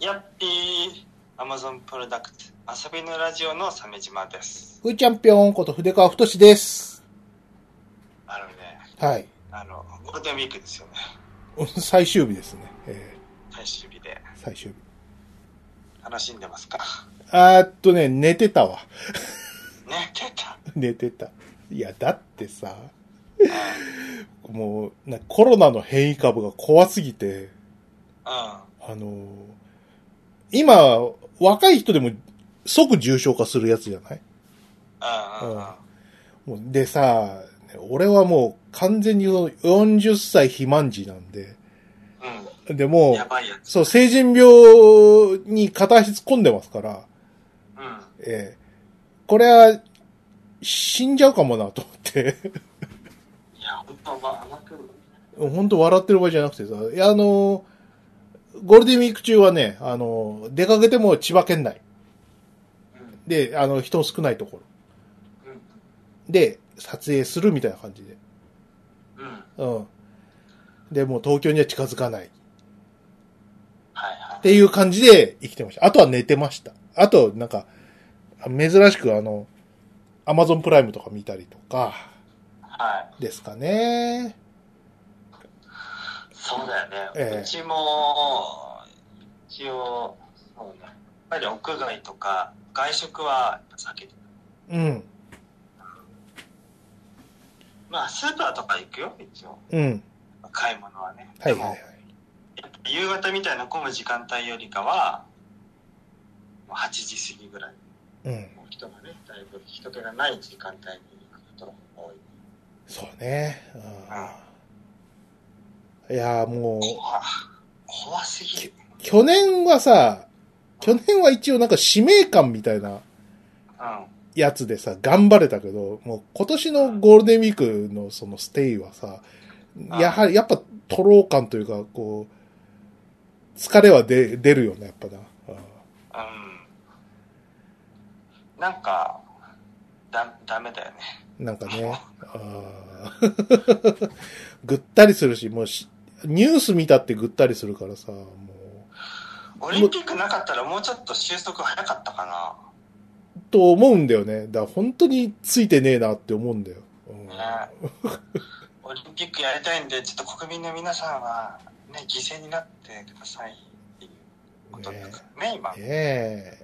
やっぴー Amazon プロダクト遊びのラジオの鮫島ですふーちゃんぴょんこと筆川太です。あのねはい。あのゴールデンウィークですよね最終日ですね。え最終日でー最終日。楽しんでますかあーっとね、寝てたわ。 ね出た寝てた。いや、だってさ、 もう、なコロナの変異株が怖すぎて、うあのー今、若い人でも即重症化するやつじゃないんうんうんうんうんもうでさ、俺はもう完全にその40歳肥満児なんで、でうんもうや、ばいやつそう、成人病に片足突っ込んでますから、うんうんええこれは、死んじゃうかもなと思って、 いや本当は甘く本当笑ってる場合じゃなくてさ、いや、あの、ゴールデンウィーク中はね、あの、出かけても千葉県内うんで、あの、人少ないところうんで撮影するみたいな感じで。うんはいうん。で、もう東京には近づかない。っはいていう感じで生きてました。あとは寝てました。あと、なんか、珍しくあの、アマゾンプライムとか見たりとか、はいですかね。そうだよね、ええうちも一応そうねやっぱり屋外とか外食は避けてうん。まあスーパーとか行くよ一応うん。買い物はねはいではいはもい。やっぱ夕方みたいな混む時間帯よりかはもう8時過ぎぐらいうん。もう人がねだいぶ人気がない時間帯に行くことが多いそうね。うん、いやー、もう、怖怖すぎる去年はさ、去年は一応なんか使命感みたいなうんやつでさ、頑張れたけど、もう今年のゴールデンウィークのそのステイはさ、やはり、やっぱ、トロー感というか、こう、疲れは出、出るよね、やっぱな。うんなんかだダメだよねうんなんかね。あー ぐったりするし、もうし、ニュース見たってぐったりするからさ、もう、オリンピックなかったらもうちょっと収束早かったかと思うんだよね。だから本当についてねえなって思うんだよ。うんな、ね、オリンピックやりたいんでちょっと国民の皆さんは、ね、犠牲になってくださいっていうことだからね今ねえ。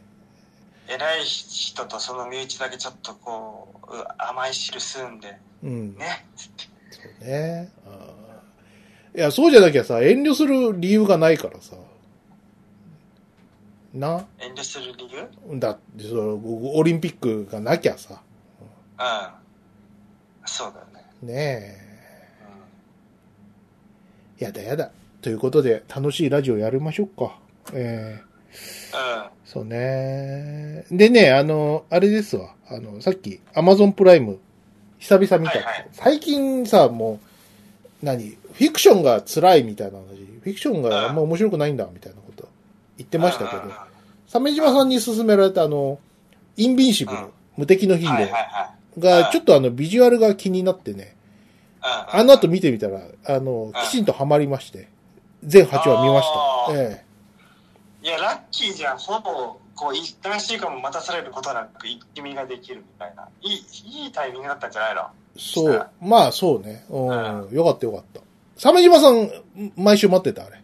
偉い人とその身内だけちょっとこうう甘い汁吸うんでうん。ねそうね。あーいや、そうじゃなきゃさ、遠慮する理由がないからさ。な。遠慮する理由うんだって、そのオリンピックがなきゃさ。そうだよね、ねえ。やだやだ。ということで、楽しいラジオやりましょうか。ええうん、うんそうね。でね、あの、あれですわ。あの、さっき、アマゾンプライム、久々見た、はいはい最近さ、もう、何フィクションが辛いみたいな話。フィクションがあんま面白くないんだ、みたいなこと言ってましたけうんうんどうん、は鮫島さんに勧められたあの、インビンシブルうん、無敵のヒいーはいロはーうが、んちょっとあの、ビジュアルが気になってね、いうんあの後見てみたら、あの、きちんとハマりまして、全8話見まあした。ーええ。いやラッキーじゃんほぼこう一旦週間も待たされることなく一気見ができるみたいないいいいタイミングだったんじゃないのそう。まあ、そうね。ううん。よかったよかった。鮫島さん、毎週待ってた、あれ。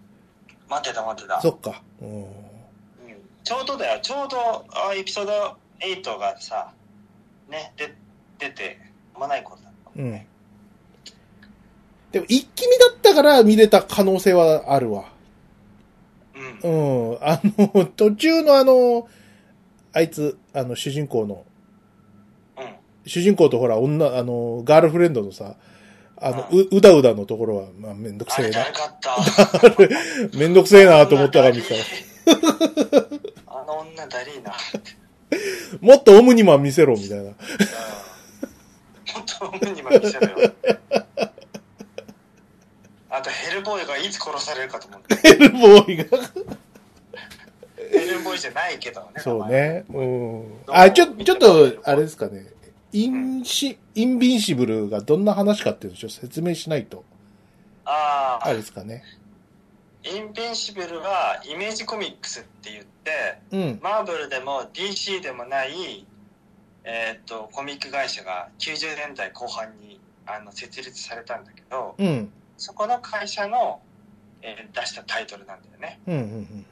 待ってた待ってたそっか。うん。うんちょうどだよちょうどあエピソード8がさねで出て間もないことだったもうんね、。でも、一気見だったから見れた可能性はあるわ。うんうん。あの、 途中のあの、あいつ、あの、主人公の、うん主人公とほら、女、あの、ガールフレンドのさ、あの、うう、うだうだのところは、まあ、めんどくあせえれなだ。るかっためんどくせえなと思ったから見てたら。 あの女だりーなもっとオムニマン見せろ、みた いな。本当に今見せろよあとヘルボーイがいつ殺されるかと思ってヘルボーイが。ヘルボーイじゃないけどねそうね。うん。どうあ、ちょ、見ちょてっもらえると、あれですかね。インシ、インビンシブルがどんな話かっていうのをちょっと説明しないと、あああれですかね。インビンシブルはイメージコミックスって言って、うん。マーブルでも DC でもない、えーっと、コミック会社が90年代後半にあの設立されたんだけど、うん。そこの会社の、えー出したタイトルなんだよね。うん。うん。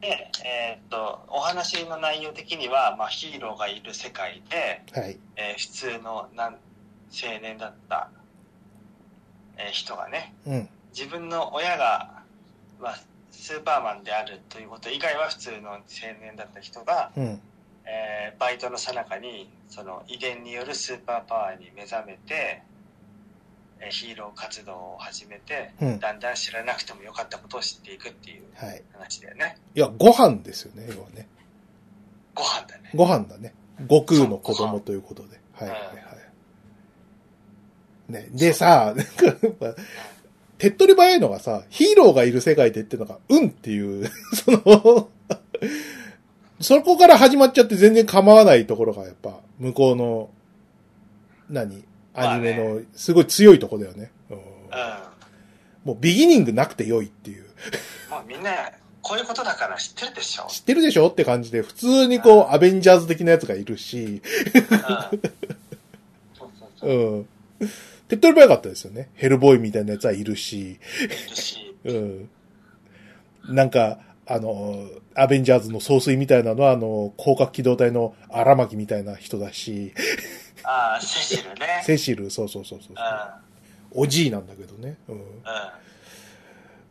で、えーっと、お話の内容的には、まあ、ヒーローがいる世界で、うんはい。えー普通のなん青年だった、えー人がねうん。自分の親が、まあ、スーパーマンであるということ以外は普通の青年だった人が、うん。えーバイトの最中にその遺伝によるスーパーパワーに目覚めて、えーヒーロー活動を始めてうん。だんだん知らなくてもよかったことを知っていくっていうはい。話だよねいや、ご飯ですよね、要はね。ご飯だねご飯だね。悟空の子供ということで。は飯いはいはい。ね、でさ、なんかやっぱ、手っ取り早いのがさ、ヒーローがいる世界でっていうのが、うんっていう、 その、そこから始まっちゃって全然構わないところがやっぱ、向こうの、何まアあニねメの、すごい強いとこだよね。うんうもうビギニングなくて良いっていう。んもうみんなこういうことだから知ってるでしょ知ってるでしょって感じで、普通にこう、アベンジャーズ的なやつがいるし、うんそうそうそううん。手っ取り早かったですよね。ヘルボーイみたいなやつはいるし、いるしうん。なんか、あの、アベンジャーズの総帥みたいなのは、あの、広角機動隊の荒牧みたいな人だし、ああ、セシルね。セシル、そうそうそうそうう。ん、おじいなんだけどね。うん。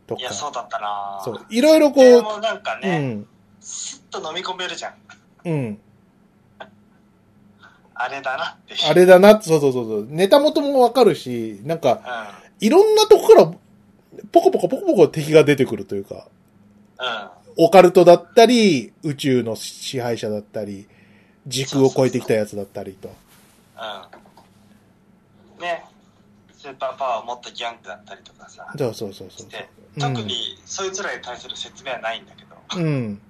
とうん。いや、か。そうだったなそう。いろいろこでう、もなんかうね、ん。すっと飲み込めるじゃん。うん。あれだなっていう。あれだな、そうそうそうそう。ネタ元もわかるし、なんか、いろんなとこから、ポコポコポコポコ敵が出てくるというか、オカルトだったり、宇宙の支配者だったり、時空を超えてきたやつだったりと。うん。うん。うん。ね。スーパーパワーを持ったギャングだったりとかさ。そうそうそうそうし。て、うん特にそいつらに対する説明はないんだけど、うん。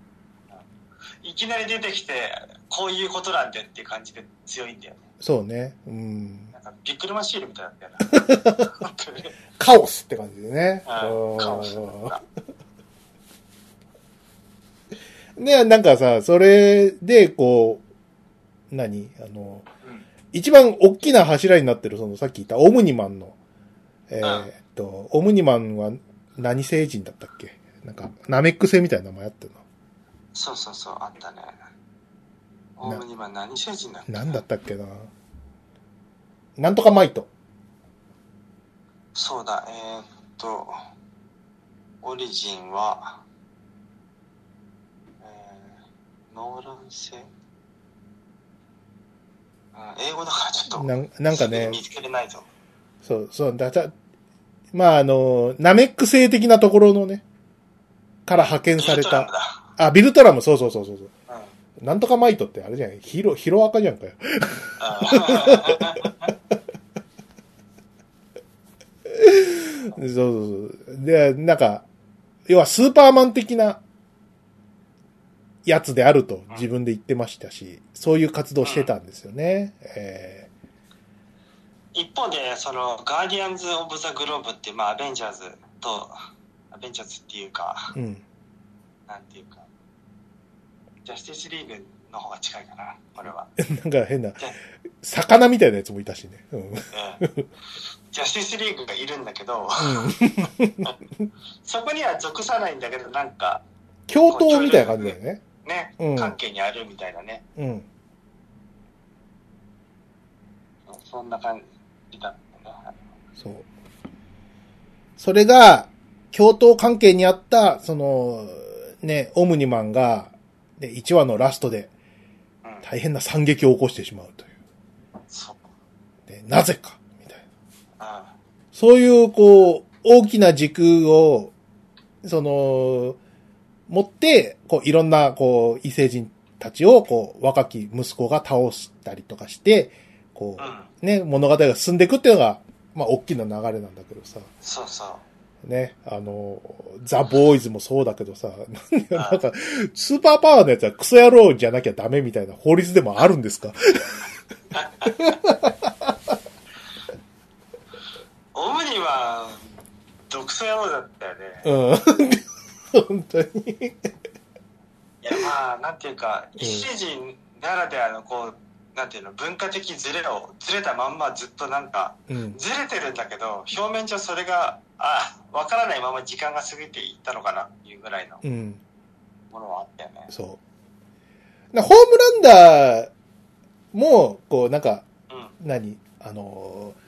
いきなり出てきて、こういうことなんでっていう感じで強いんだよね。そうね。うん。なんか、ビックルマンシールみたいなんだったよな。本当に。カオスって感じでね。うん。カオスだっうんた。ね、なんかさ、それで、こう、何あの、うん一番大きな柱になってる、その、さっき言ったオムニマンの、えーっと、オムニマンは何星人だったっけなんか、ナメック星みたいな名前あってるそうそうそう、あったね。オウムニマン何星人だっけの。なんだったっけななんとかマイト。そうだ、えーっと、オリジンは、えー、ノーラン星、うん、英語だからちょっと、なんなんかすぐねに、見つけれないぞ。そう、そう、だ、だ、まあ、あの、ナメック星的なところのね、から派遣されウルトラムた。だ。あ、ビルトラム、そうそうそうそうそう。うん。うんなんとかマイトってあれじゃん。ヒロ、ヒロアカじゃんかよ。そうそうそう。で、なんか、要はスーパーマン的なやつであると自分で言ってましたし、そういう活動してたんですよね。え 一方で、その、ガーディアンズ・オブ・ザ・グローブっていう、まあ、アベンジャーズと、アベンジャーズっていうかー、うん。なんていうか、ジャスティス・リーグの方が近いかな、これは。なんか変な、魚みたいなやつもいたしね。うん。うん うんジャスティスリーグがいるんだけど、そこには属さないんだけど、なんか共闘みたいな感じだよね。ね、うん関係にあるみたいなね、うん。そんな感じだったな。そう。それが、共闘関係にあった、その、ね、オムニマンが、ね、1話のラストでうん、大変な惨劇を起こしてしまうといそう。う。でなぜか、みたいな。あそういう、こう、大きな軸を、その、持って、こう、いろんな、こう、異星人たちを、こう、若き息子が倒したりとかして、こうん、う、ね、物語が進んでいくっていうのが、まあ、大きな流れなんだけどさ。そうそう。ね、あの、ザ・ボーイズもそうだけどさ、なんでああなんか、スーパーパワーのやつはクソ野郎じゃなきゃダメみたいな法律でもあるんですかオムニは、どもクソ野郎だったよね。うん。 本当に。いや、まあ、なんていうか、ん一世人ならではの、こう、なんていうの、文化的ズレを、ズレたまんまずっとなんか、うん。ずれてるんだけど、表面上それが、あ、わからないまま時間が過ぎていったのかなっていうぐらいのうん。ものはあったよね。そう。なホームランダーも、こう、なんか、うん。何あのー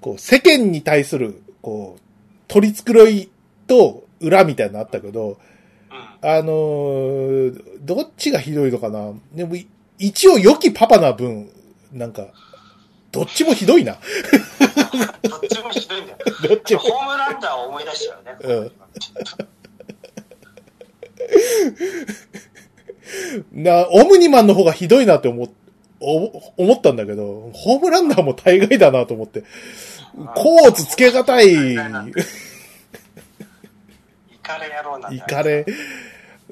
こう、世間に対する、こう、取り繕いと裏みたいなのあったけど、うん。あのーどっちがひどいのかなでも、い一応良きパパな分、なんか、どっちもひどいな。どっちもひどいんだよ。 どっちも。ホームランダーを思い出したよね。うんな、オムニマンの方がひどいなって思っ、お思ったんだけど、ホームランダーも大概だなと思って、コーツつけがたい、イカレ野郎なんだイよカレ。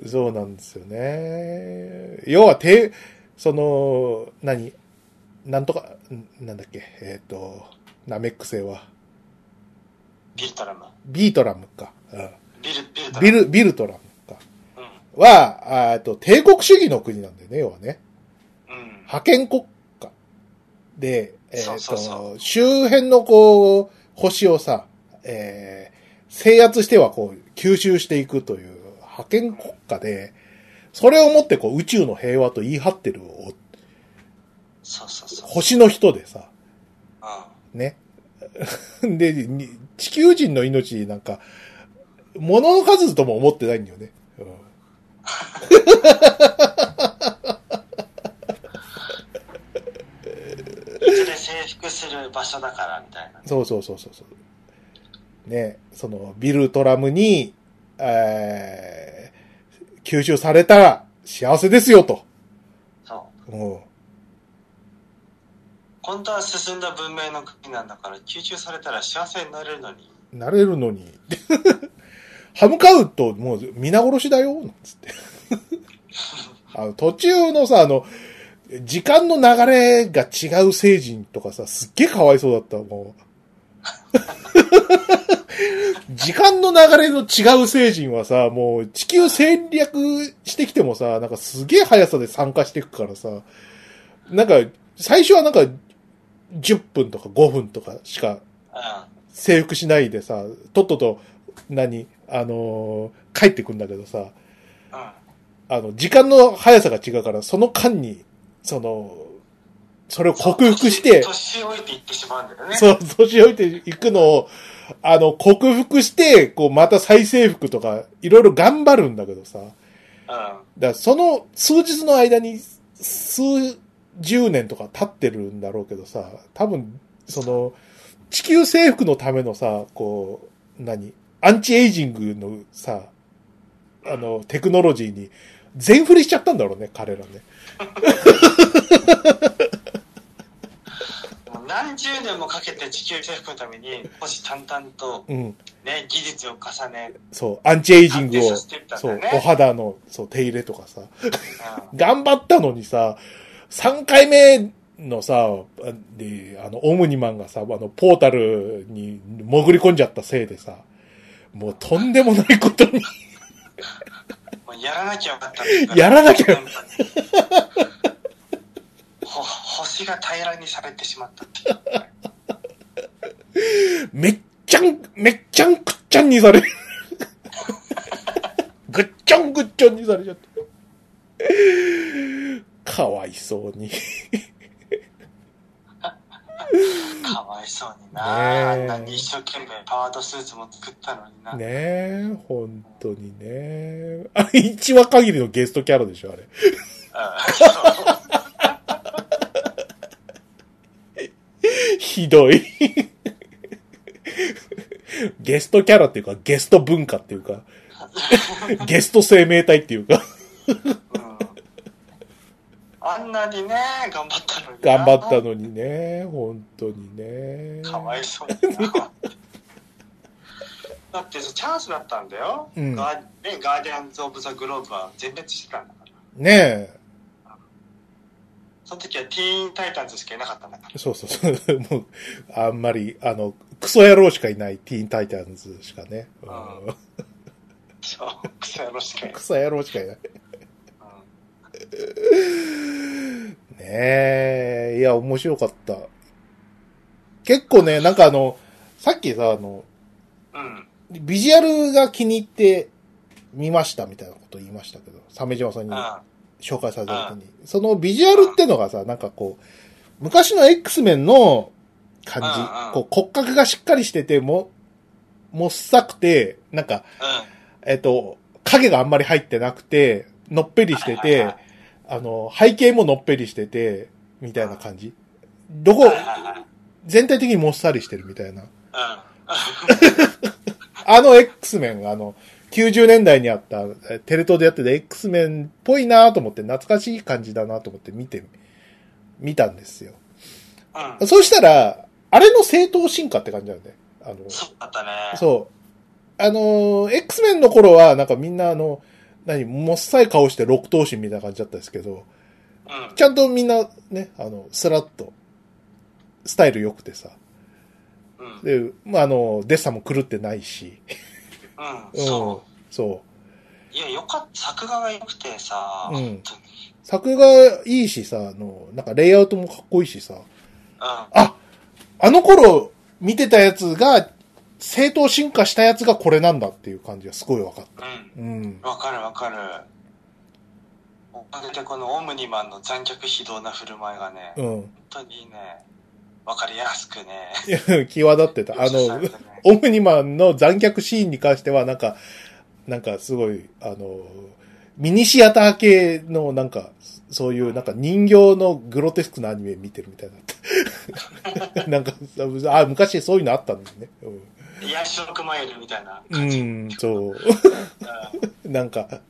そうなんですよね。要は、て、その、何なんとか、んなんだっけ、えっ、と、ナメック星は、ビルトラム。ビートラムか。うんビル、ビルトラム。ビル、ビルトラムか。うは、あえっと、帝国主義の国なんだよね、要はね。ん。うん。覇権国家で、えっ、そうそうそと、周辺のこう、星をさ、えー制圧してはこう、吸収していくという覇権国家で、それをもってこう、宇宙の平和と言い張ってるおそうそうそう。星の人でさ、うね。 で、に地球人の命なんか、物の数とも思ってないんだよね。うんん。いずれ征服する場所だからみたいな。そうそうそうそうそう。ね、その、ビルトラムに、えー、吸収されたら幸せですよと。そう。うん。本当は進んだ文明の国なんだから、吸収されたら幸せになれるのに。なれるのに。 歯向かうと、もう、皆殺しだよ、なんつって。あの、途中のさ、あの、時間の流れが違う星人とかさ、すっげえかわいそう だった、もう。時間の流れの違う星人はさ、もう地球戦略してきてもさ、なんかすげえ速さで参加していくからさ、なんか、最初はなんか、10分とか5分とかしかう征服しないでさ、とっとと、何、あのー帰ってくんだけどさ、ん。うん。あの、時間の速さが違うから、その間に、その、それを克服して、年老いていってしまうんだよね。そう、年老いていくのを、あの、克服して、こう、また再征服とか、いろいろ頑張るんだけどさ、だかうん。らその数日の間に、数十年とか経ってるんだろうけどさ、多分、その、地球征服のためのさ、こう、何アンチエイジングのさ、あの、テクノロジーに全振りしちゃったんだろうね、彼らね。もう何十年もかけて地球征服のために、虎視眈々とうん。ね、技術を重ね、そう、アンチエイジング安定を、させていったんだそようね、お肌の、そう、手入れとかさ、う頑張ったのにさ、3回目のさ、で、あの、オムニマンがさ、あの、ポータルに潜り込んじゃったせいでさ、もうとんでもないことにん。もうやらなきゃよかった。やらなきゃよ。ほ星が平らにされてしまった。めっちゃん、めっちゃんくっちゃんにされる。ぐっちゃんぐっちゃんにされちゃった。かわいそうに。かわいそうにねえな。あんなに一生懸命パワードスーツも作ったのにな。ねえ、本当にね。あれ、1話限りのゲストキャラでしょ、あれ。うひどい。ゲストキャラっていうか、ゲスト文化ってい うか、ゲスト生命体っていうか、んうんあんなにね、頑張ったのにな。頑張ったのにね、本当にね。かわいそうにな。 だってチャンスだったんだよ。うんガーね、ガーディアンズ・オブ・ザ・グローブは全滅してたんだから。ねその時はティーン・タイタンズしかいなかったんだから。え。そうそうそう。もう、あんまり、あの、クソ野郎しかいない、ティーンタイタンズしかね。うんあそう、クソ野郎しかいないク。ソ野郎しかいない。うねえ、いや、面白かった。結構ね、なんかあの、さっきさ、あの、ん。うんビジュアルが気に入って見ましたみたいなこと言いましたけど、鮫島さんにあ紹介された時に。そのビジュアルってのがさ、なんかこう、昔の X メンのうんう感んじ、こう骨格がしっかりしてて、も、もっさくて、なんか、えっと、影があんまり入ってなくて、のっぺりしてはいはいはて、あの、背景ものっぺりしてて、みたいな感じ。どうん。こはい、はいはい。全体的にもっさりしてるみたいな。うん。あの X メン、あの、90年代にあった、えテレ東でやってた X メンっぽいなと思って、懐かしい感じだなと思って見て、見たんですよ。うん。そうしたら、あれの正当進化って感じなんだよね。あの、そうだったね。そう。あのー、X メンの頃は、なんかみんなあの、何、もっさい顔して六頭身みたいな感じだったんですけど、うんち。ゃんとみんなね、あの、スラッと、スタイル良くてさ。うん。うん。で、まあ、あの、デッサンも狂ってないし。。そうそう。う。いや、よかった。作画が良くてさ。うん本当に作画いいしさ、あの、なんかレイアウトもかっこいいしさ、うん。あ、あの頃見てたやつが、正当進化したやつがこれなんだっていう感じがすごい分かっうん。た。うん。わかるわかる。おかげでこのオムニマンの残虐非道な振る舞いがね、う本ん。 当にね、わかりやすくね、際立ってた。描あ写されての、ねオムニマンの残虐シーンに関しては、なんか、なんかすごい、あの、ミニシアター系のなんか、そういうなんか人形のグロテスクなアニメ見てるみたいだった。 なんか、あ、昔そういうのあったんですね。ヤシロクマイルみたいなう感じ。ん、うんそう。うんなんか、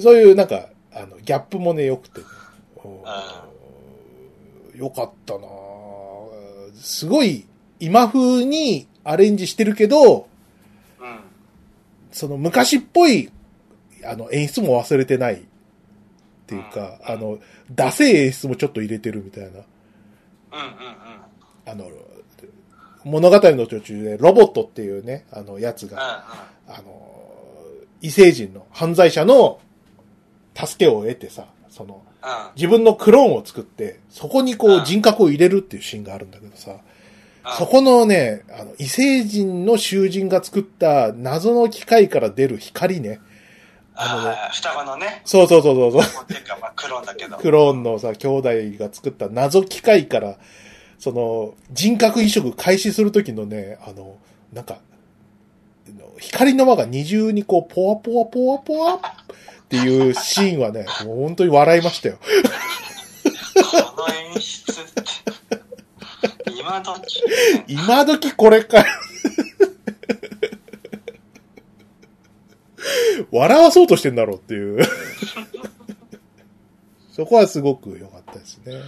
そういうなんか、あの、ギャップもね、良くて、良かったなぁすごい、今風にアレンジしてるけど、うん。その昔っぽい、あの、演出も忘れてない。っていうか、うんあの、ダセえ演出もちょっと入れてるみたいな。うんうんあの、物語の途中でロボットっていうね、あの、やつが、うあの、異星人の犯罪者の助けを得てさ、その、んうん。自分のクローンを作って、そこにこううん人格を入れるっていうシーンがあるんだけどさ、そこのね、あの、異星人の囚人が作った謎の機械から出る光ね。あのねああ、双子のね、そうそうそうそうそう。もうていうかまあクローンだけど。クローンのさ、兄弟が作った謎機械から、その、人格移植開始するときのね、あの、なんか、あの光の輪が二重にこう、ポワポワポワポワっていうシーンはね、 もう本当に笑いましたよ。この演出って、今時今時これかよ。 笑わそうとしてんだろうっていう。 そこはすごく良かったですうね。ん。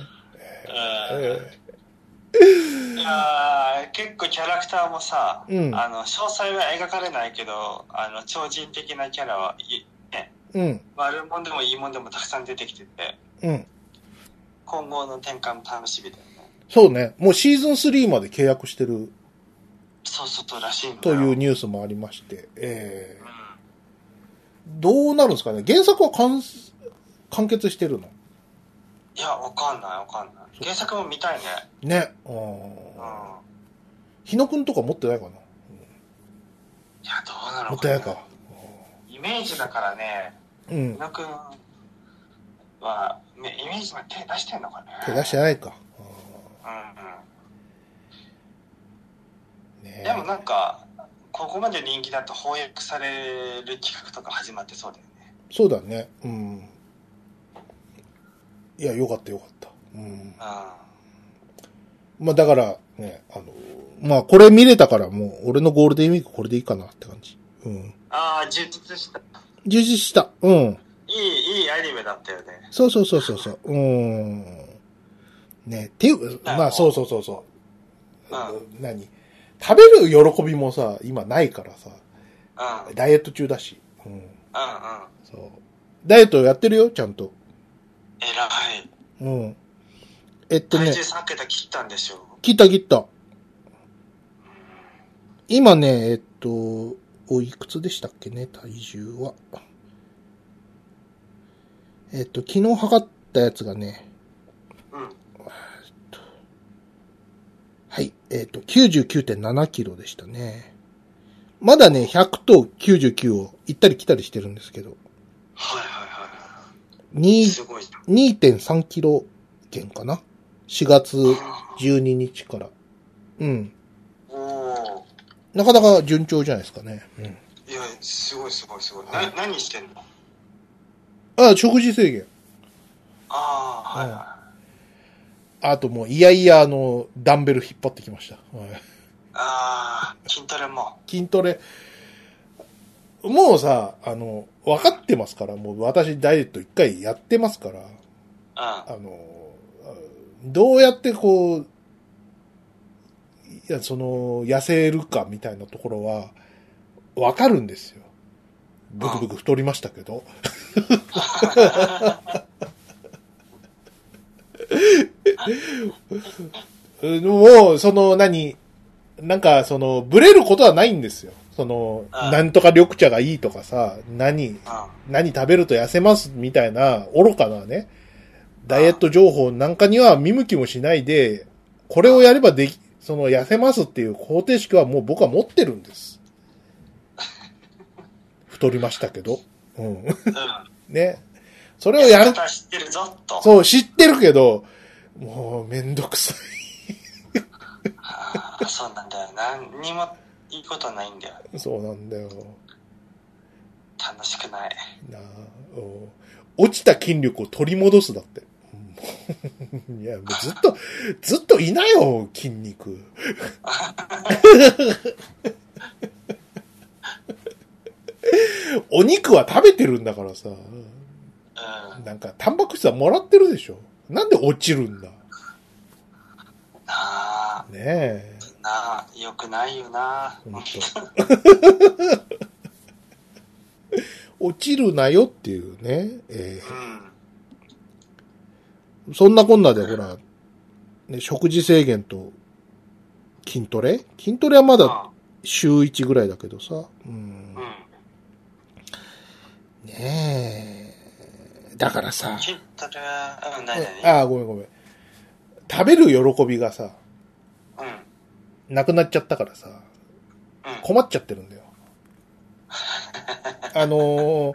えいやー結構キャラクターもさ、うんあの詳細は描かれないけどあの超人的なキャラはいねえうん、悪いもんでもいいもんでもたくさん出てきててうん。今後の転換も楽しみだよねそうね。もうシーズン3まで契約してるそうそうとらしいんだとよいううん、ニュースもありまして、えーどうなるんですかね原作は完完結してるのいやわかんないわかんない原作も見たいねね。ううんん。い日野くんとか持ってないかなやどうなのかな持ってないか。イメージだからねうん宇。野くんは、ね、イメージは手出してんのかね手出してないか。うんうんうんねでもなんかここまで人気だと翻訳される企画とか始まってそうだよねそうだね。うん。いや、よかったよかった。うん。うまあだから、ね、あの、まあこれ見れたからもう、俺のゴールデンウィークこれでいいかなって感じ。うん。んああ充実した充実した。うん。いいいいアニメだったよねそうそうそうそうそう。うーん。ね、っていう、なまあそうそうそうそう。う何食べる喜びもさ、今ないからうさ、んうんダイエット中だし。うん。うんそう。ダイエットやってるよ、ちゃんと。えらいうん。えっと体ね重、3桁切ったんでしょ切った切った。今ね、えっと、おいくつでしたっけね、体重は。えっと、昨日測ったやつがね、うん。はい、えっと、99.7キロでしたね。まだね、100と99を行ったり来たりしてるんですけど、はいはいはにい。すごい。 2.3キロ減かな ?4 月12日から。うん。おおなかなか順調じゃないですかね。うん。ー。いや、すごいすごいすごい。は、ない何してんのあ、食事制限。ああ、はいはい。あともう、いやいや、あの、ダンベル引っ張ってきました。はいああ、筋トレも。筋トレ。もうさ、あの、分かってますから、もう私ダイエット一回やってますから、うん。あの、どうやってこう、いや、その、痩せるかみたいなところは、分かるんですよ。ブクブク太りましたけど。うんもう、その、何、なんか、その、ブレることはないんですよ。その、ああなんとか緑茶がいいとかさ、何、う何食べると痩せますみたいな、愚かなね、ダイエット情報なんかには見向きもしないで、これをやればでき、その、痩せますっていう方程式はもう僕は持ってるんです。太りましたけど。うん。ん。うん。ね。それをやる方知ってるぞ、と。そう、知ってるけど、もう、めんどくさい。 ああ、そうなんだよ。何にもいいことないんだよ。そうなんだよ。楽しくない。なあ、お落ちた筋力を取り戻すだって。うん いや、もうずっと、ずっといなよ、筋肉。 お肉は食べてるんだからさ、うん。なんか、タンパク質はもらってるでしょ。なんで落ちるんだ。なあ、ねえ。なあ、よくないよな。本当 落ちるなよっていうね。えうーん。そんなこんなでほら、ね、食事制限と筋トレ筋トレはまだ週1ぐらいだけどさ。うんう、ん。ねえ。だからさ、筋トレ、うん、ないないない。ああ、ごめんごめん。食べる喜びがさ、うん。なくなっちゃったからさ、うん。困っちゃってるんだよ。あのー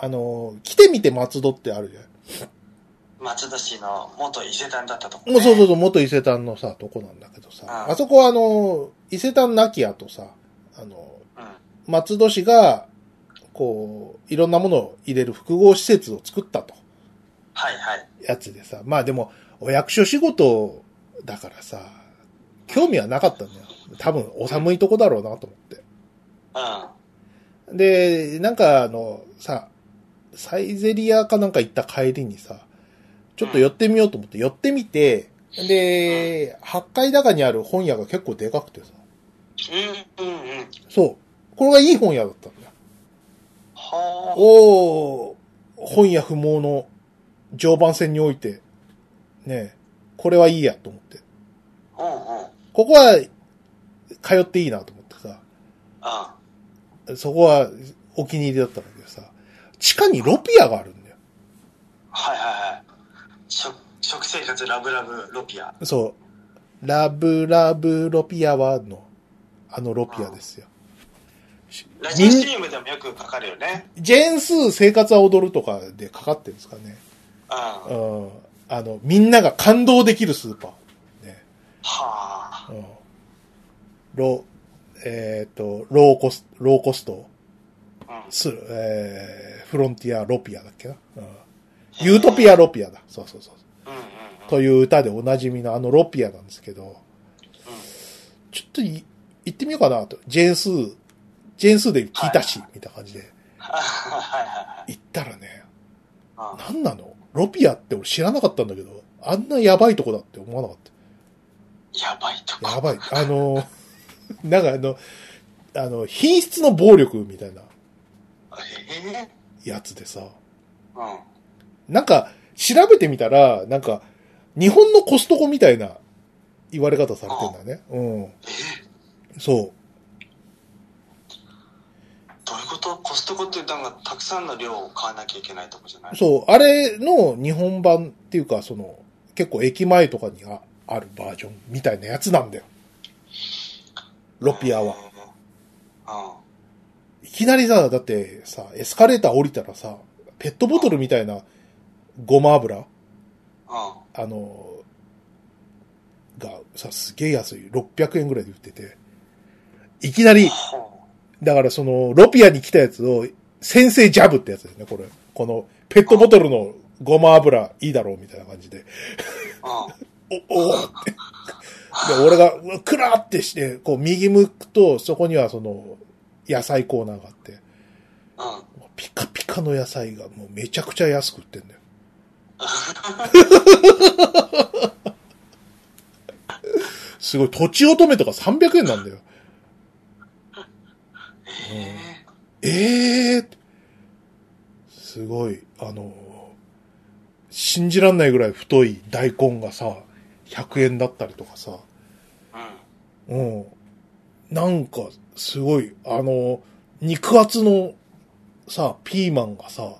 あのー来てみて松戸ってあるじゃん。松戸市の元伊勢丹だったとこ、もうそうそうそう、元伊勢丹のさ、とこなんだけどさ、あああそこはあの、伊勢丹亡き後さ、あの、うん。松戸市が、こう、いろんなものを入れる複合施設を作ったと、はいはい。やつでさ、まあでも、お役所仕事だからさ、興味はなかったんだよ。多分、お寒いとこだろうなと思って。で、なんかあの、さ、サイゼリアかなんか行った帰りにさ、ちょっと寄ってみようと思って寄ってみて、で、8階高にある本屋が結構でかくてさ、うん。うんうんうん。そう。これがいい本屋だったんだよ。ほう。おー本屋不毛の常磐線において、ねえこれはいいやと思って。うんうん。うん。ここは、通っていいなと思ってさ、あそこはお気に入りだったんだけどさ、地下にロピアがあるんだよ。はいはいはい。食、食生活ラブラブロピア。そう。ラブラブロピアはの、あのロピアですよ。しラジオ CM でもよくかかるよね。ジェーンスー生活は踊るとかでかかってるんですかね。うん。はうん。あの、みんなが感動できるスーパー。ね。あ。うん。ロ、えっ、と、ローコスト、ローコスト、うん。す、えー、フロンティア、ロピアだっけな。うん。ユートピア、ロピアだ。そうそうそう。うんうんうん。という歌でおなじみのあのロピアなんですけど、ちょっとい行ってみようかなと。ジェーンスー、ジェーンスーで聞いたし、みたいな感じで。あはいはい行ったらね、はい。うんなんなのロピアって俺知らなかったんだけど、あんなやばいとこだって思わなかった。やばいとこ。やばい。あの、なんかあの、あの、品質の暴力みたいなえやつでさ、ーうん。なんか調べてみたら、なんか、日本のコストコみたいな言われ方されてんだよね。そ。どういうことコストコってなんかたくさんの量を買わなきゃいけないとこじゃないうそう。あれの日本版っていうか、その、結構駅前とかにああるバージョンみたいなやつなんだよ。ロピアは。ういきなりさ、だってさ、エスカレーター降りたらさ、ペットボトルみたいなごま油ん。うん。うん。あの、がさ、すげえ安い。600円ぐらいで売ってて。いきなり、ほだからその、ロピアに来たやつを、先生ジャブってやつですね、これ。この、ペットボトルのごま油いいだろうみたいな感じで。ううん。お、おーって。で、俺が、うわくらーってして、こう右向くと、そこにはその、野菜コーナーがあって、うん。ピカピカの野菜がもうめちゃくちゃ安く売ってんだよ。すごい、土地乙女とか300円なんだよ。えええー、すごい、あの、信じらんないぐらい太い大根がさ、100円だったりとかさ、えうん。うん。なんか、すごい、あの、肉厚のさ、ピーマンがさ、う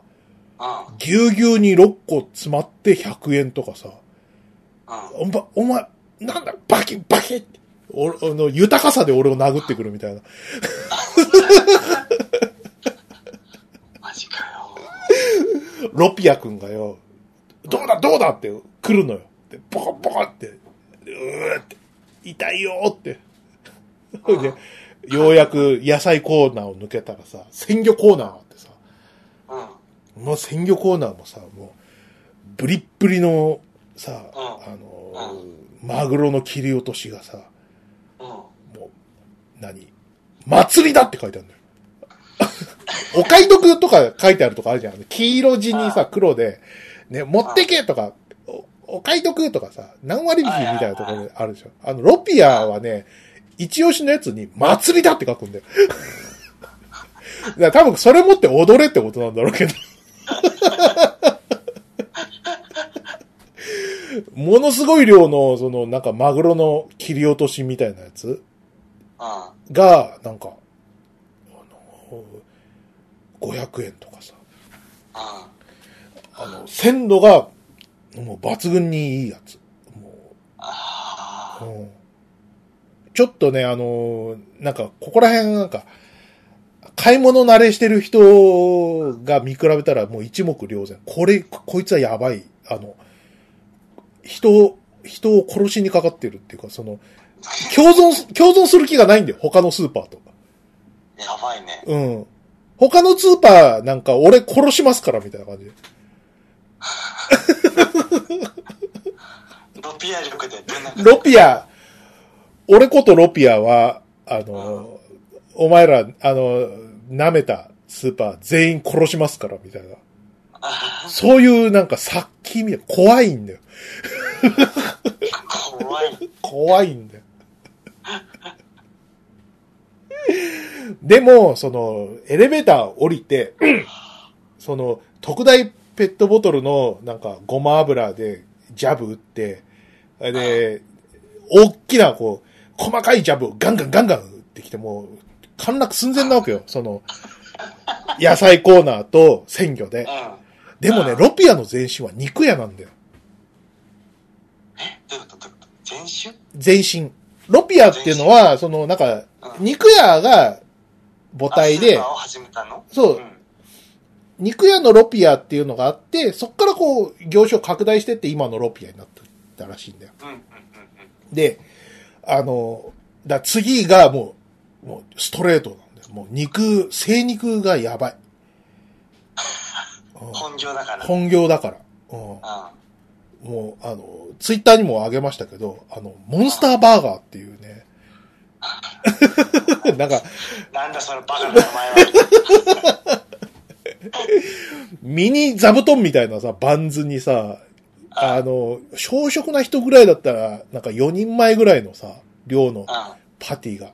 ぎゅうぎゅうに6個詰まって100円とかさ、ん。うん。おば、お前、なんだ、バキバキって。俺、あの、豊かさで俺を殴ってくるみたいな。マジかよ。ロピア君がよ、どうだどうだって来るのよ。で、ボコボコって、うーって、痛いよーって。ほい で、ようやく野菜コーナーを抜けたらさ、鮮魚コーナーがあってさ、うん。うん。もう鮮魚コーナーもさ、もう、ブリッブリのさ、うんあのーマグロの切り落としがさ、うん。もう、何祭りだって書いてあるんだよ。 お買い得とか書いてあるとかあるじゃん。黄色地にあさ、黒で、ね、持ってけとか、おお買い得とかさ、何割引きみたいなところあるでしょ。あの、ロピアはね、一押しのやつに祭りだって書くんだよ。 だから多分それ持って踊れってことなんだろうけど。 ものすごい量の、その、なんか、マグロの切り落としみたいなやつうん。が、なんか、あの、500円とかさ、うん。あの、鮮度が、もう抜群にいいやつ。もあうあ。うんちょっとね、あの、なんか、ここら辺なんか、買い物慣れしてる人が見比べたらもう一目瞭然。これ、ここいつはやばい。あの、人を、人を殺しにかかってるっていうか、その、共存す、共存する気がないんだよ。他のスーパーと。やばいね。うん。他のスーパーなんか俺殺しますからみたいな感じで。ロピア力でぶん殴る。ロピア、俺ことロピアは、あの、お前ら、あの、舐めたスーパー全員殺しますからみたいな。あそういうなんか殺気みたいな。怖いんだよ。ー怖い。怖いんだよ。でも、その、エレベーター降りて、その、特大ペットボトルの、なんか、ごま油で、ジャブ打って、で、大きな、こう、細かいジャブをガンガンガンガン打ってきて、もう、陥落寸前なわけよ。その、野菜コーナーと鮮魚うで。ん。でもね、ロピアの前身は肉屋なんだよ。え、どういうことどういうこと全種前身。ロピアっていうのは、その、なんか、うん肉屋が母体あスーでパー、を始めたのそうう、ん。肉屋のロピアっていうのがあって、そっからこう、業種を拡大してって今のロピアになったらしいんだよ。うんうんうんで、あの、だ次がもう、もうストレートなんだよ。もう肉、生肉がやばい。ううんん。 本業だから。本業だから。うんあもう、あの、ツイッターにもあげましたけど、あの、モンスターバーガーっていうね。なんか、なんだそのバカな名前は。ミニ座布団みたいなさ、バンズにさ、あの、小食な人ぐらいだったら、なんか4人前ぐらいのさ、量のパティが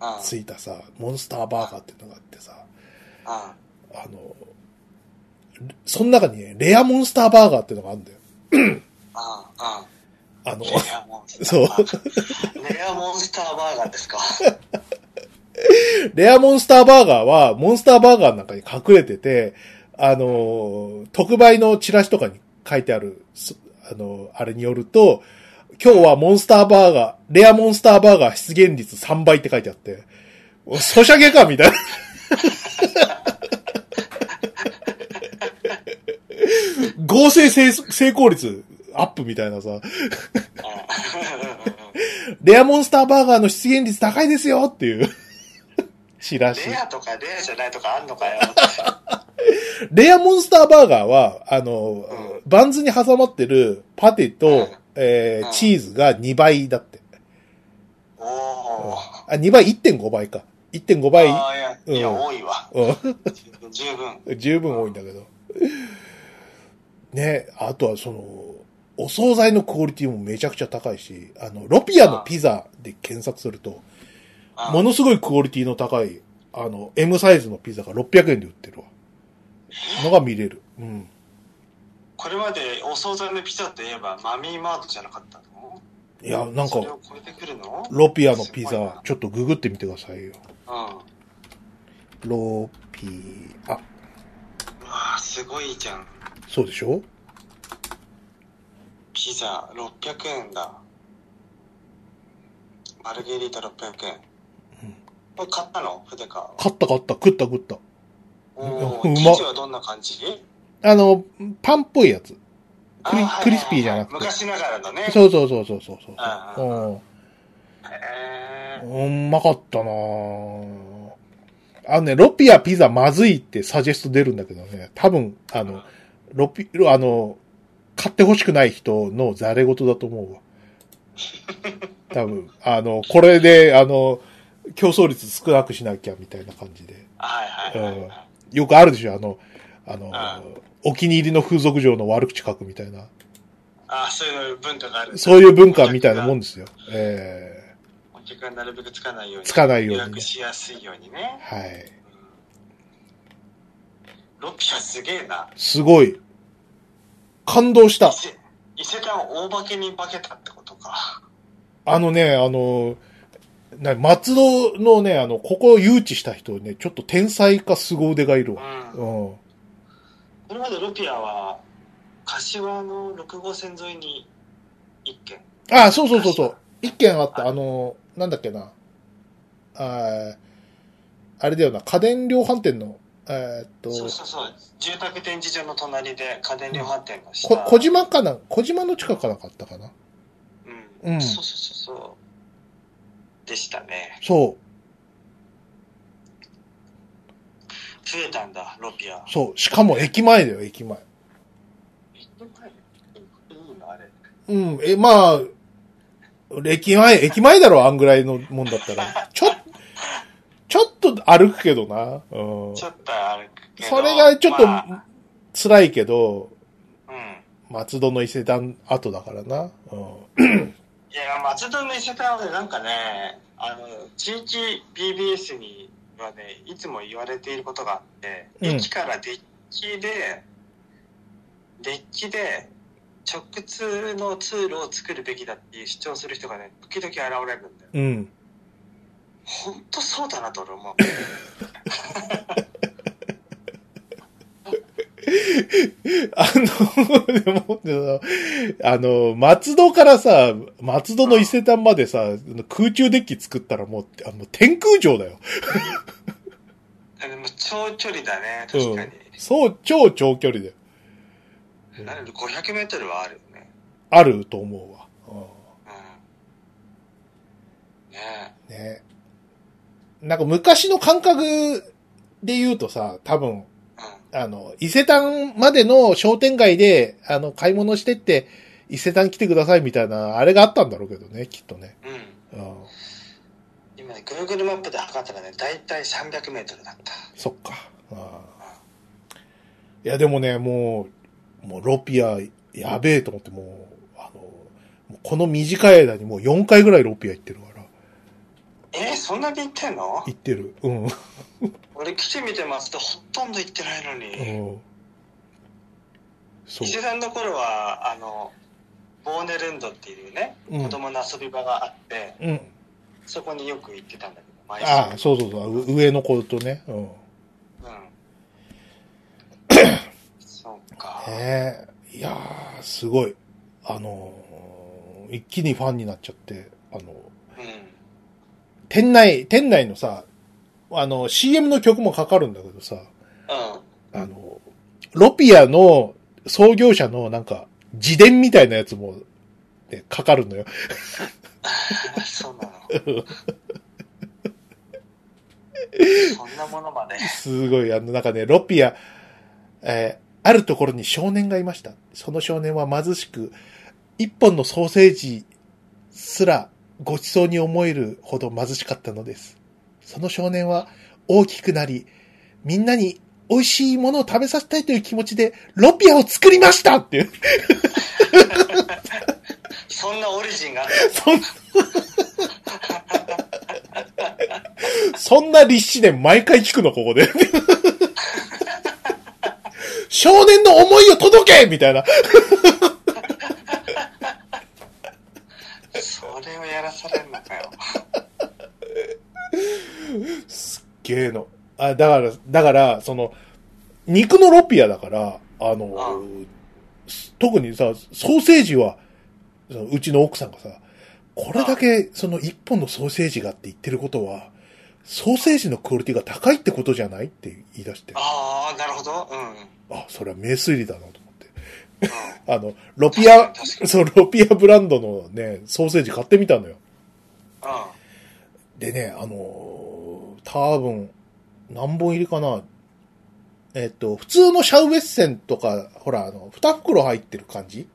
うん。うん。ついたさ、モンスターバーガーっていうのがあってさ、うん。あの、その中にね、レアモンスターバーガーっていうのがあるんだよ。うん。うん。あの、いや、もんですねそう。レアモンスターバーガー ですか。レアモンスターバーガーは、モンスターバーガーの中に隠れてて、あのー、特売のチラシとかに書いてある、そあのー、あれによると、今日はモンスターバーガー、レアモンスターバーガー出現率3倍って書いてあって、おソシャゲかみたいな。 合成成成功率アップみたいなさ、うんレアモンスターバーガーの出現率高いですよっていう、 チラシ。レアとかレアじゃないとかあんのかよ。レアモンスターバーガーは、あの、バンズに挟まってるパテうんと、えーうんチーズが2倍だって。おお。あ、2倍、1.5倍か。1.5倍、あーいや、いや、うん多いわ。う十分。ん 十分多いんだけど。ね、あとはその、お惣菜のクオリティもめちゃくちゃ高いし、あの、ロピアのピザで検索すると、うんものすごいクオリティの高い、あの、M サイズのピザが600円で売ってるわ。のが見れる。うん。これまでお惣菜のピザといえばマミーマートじゃなかったのいや、なんそれをか、超えてくるのロピアのピすごいなザ、ちょっとググってみてくださいよ。うん。うロピー、あ、わあすごいじゃん。そうでしょピザ600円だ。マルゲリータ600円。うんこれ買ったの筆 か。買った買った、食った食った。おお。うま生地はどんな感じあの、パンっぽいやつ。あクリはいクリスピーじゃなくて昔ながらのね。う。そうそうそうそうそうそう。ああへうえ。ん、うまかったなぁあのね、ロピアピザまずいってサジェスト出るんだけどね、多分、あの、ロピ、あの、買ってほしくない人のザレ事だと思うわ。多分、あの、これで、あの、競争率少なくしなきゃみたいな感じで。はいはいはいはい。よくあるでしょ、あの、あのああ、お気に入りの風俗嬢の悪口書くみたいな。ああ、そういう文化がある。そういう文化みたいなもんですよ。えお客がなるべくつかないように。つかないようにね予約しやすいようにえね。はい。うんロピアすげえな。すごい。感動し伊た。勢伊勢丹を大化けに化けたってことか。あのね、あの、な松戸のね、あの、ここを誘致した人ね、ちょっと天才か凄腕がいるうわ。ん。うん。これまでロピアは、柏の6号線沿いに1軒。あそうそうそうそう。一件あった。はいあの、なんだっけな。あーあれだよな、家電量販店の、えーっと、そうそうそう。住宅展示場の隣で家電量販店がした。こ小島かな小島の近くかなかったかなううんん。そうそうそうそう。でしたね。そう。増えたんだ、ロピア。そう。しかも駅前だよ、駅前。いいのあれ。うん。え、まあ、駅前、駅前だろ、あんぐらいのもんだっ たら。ちょ、ちょっと歩くけどな。うん。ちょっと歩くけど。それがちょっとまあ辛いけど、うん。松戸の伊勢丹後だからな。うん。いや、松戸の伊勢丹はねなんかね、あの、地域 BBS にはね、いつも言われていることがあって、うん駅からデッキで、デッキで直通の通路を作るべきだっていう主張する人がね、時々現れるんだよ。うん。 ほんとそうだなと俺思う。あの、でもでも、あの、松戸からさ、松戸の伊勢丹までさ、空中デッキ作ったらもう、あもう天空城だよ。あでも長距離だね、確かに。そう、超長距離だよ。うんなので500メートルはあるよね。あると思うわ。ううん。ねえ。んね。なんか昔の感覚で言うとさ、多分、うあの、伊勢丹までの商店街で、あの、買い物してって、伊勢丹来てくださいみたいな、あれがあったんだろうけどね、きっとね。ん。うん。うん。今ね、Google マップで測ったらね、だいたい300メートルだった。そっか。あーいや、でもね、もう、もうロピア、やべえと思って、もう、あの、もうこの短い間にもう4回ぐらいロピア行ってるから。えー、そんなに行ってんの行ってる。うん。う俺来てみてますとほとんど行ってないのに。ん。そう伊。勢丹の頃は、あの、ボーネルンドっていうね、うん子供の遊び場があって、うん。そこによく行ってたんだけど、毎週。ああ、そうそうそう。う上の子とね。うん。う んそうか。ねえ。いやー、すごい。あのー一気にファンになっちゃって、あのうん。店内、店内のさ、あの、CM の曲もかかるんだけどさ、うん。あの、ロピアの創業者のなんか、自伝みたいなやつも、ね、かかるのよ。そうなの。 そんなものまで。すごい、あの、なんかね、ロピア、えーあるところに少年がいました。その少年は貧しく、一本のソーセージすらご馳走に思えるほど貧しかったのです。その少年は大きくなり、みんなに美味しいものを食べさせたいという気持ちで、ロピアを作りましたっていう。そんなオリジンがあっそんそんな立志で毎回聞くの、ここで。少年の思いを届けみたいな。た。それをやらされるのかよ。すっげえの。あ、だから、だから、その、肉のロピアだから、あの、ああ特にさ、ソーセージは、そのうちの奥さんがさ、これだけ、その一本のソーセージがって言ってることは、ソーセージのクオリティが高いってことじゃないって言い出して、あああ、なるほど。うん。うん。それは名推理だなと思って。 あの、ロピア、確かに。そう、ロピアブランドのね、ソーセージ買ってみたのよ。でね、あのー多分、何本入りかな。えっと、普通のシャウエッセンとか、ほら、あの、二袋入ってる感じ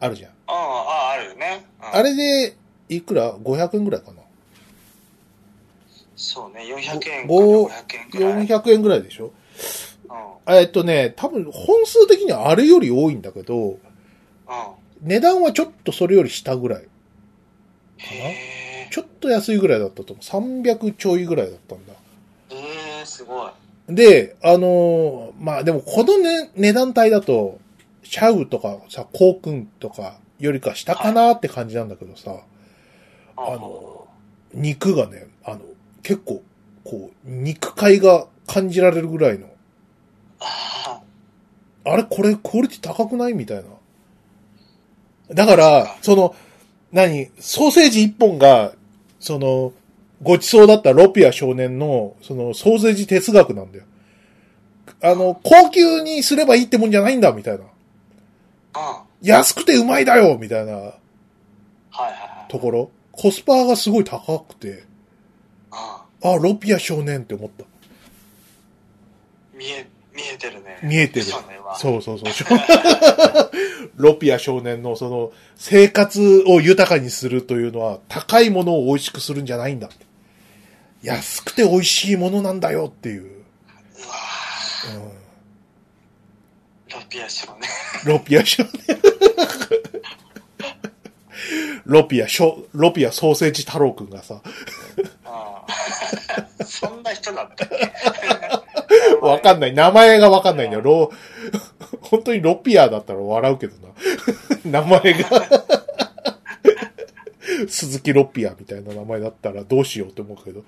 あるじゃん。うん。ああ、あるよね。うんあれで、いくら ?500 円ぐらいかな。そうね、400円からご500円くらい。 400円ぐらいでしょうん。うん。えっとね、多分、本数的にはあれより多いんだけど、値段はちょっとそれより下ぐらい。へえ。ちょっと安いぐらいだったと思う。300ちょいぐらいだったんだ。ええ、すごい。で、あのーまあでもこの、ね、値段帯だと、シャウとかさ、コウくんとかよりか下かなって感じなんだけどさ、ああのー肉がね、あの、結構、こう、肉塊が感じられるぐらいの、ああれこれクオリティ高くないみたいな。だから、その、何、ソーセージ一本が、その、ごちそうだったロピア少年の、その、ソーセージ哲学なんだよ。あの、高級にすればいいってもんじゃないんだ、みたいな。あ。安くてうまいだよみたいなはいはいはい。ところ。コスパがすごい高くて、ああ、ロピア少年って思った。あ。見え、見えてるね。見えてるそうね、は。 そうそうそう。ロピア少年のその生活を豊かにするというのは高いものを美味しくするんじゃないんだって。安くて美味しいものなんだよっていう。うわあうん、ロピア少年。ロピア少年。ロピアしょ、ロピアソーセージ太郎くんがさ、あ あそんな人だったっけわかんない。名前がわかんないんだよ。ロ、本当にロピアだったら笑うけどな。名 前が。鈴木ロピアみたいな名前だったらどうしようって思うけど。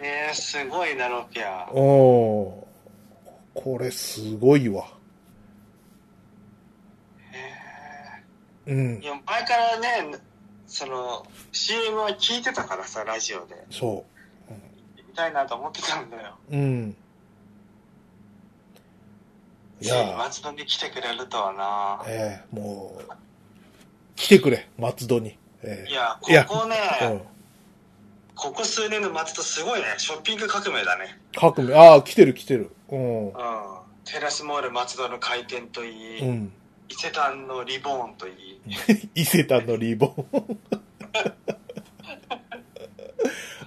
えー、すごいな、ロピア。おーこれすごいわ。うんい。や、前からね、その、CM は聞いてたからさ、ラジオで。そ見たいなと思ってたんだよ。う。うん。いついにや松戸に来てくれるとはなー、。ええもう、来てくれ、松戸に。えいや、いやここね、えうん。ここ数年の松戸すごいね、ショッピング革命だね。革命、ああ、来てる来てる。うんう。ん。テラスモール松戸の開店といい、うん。伊勢丹のリボーンといい、伊勢丹のリボ ン。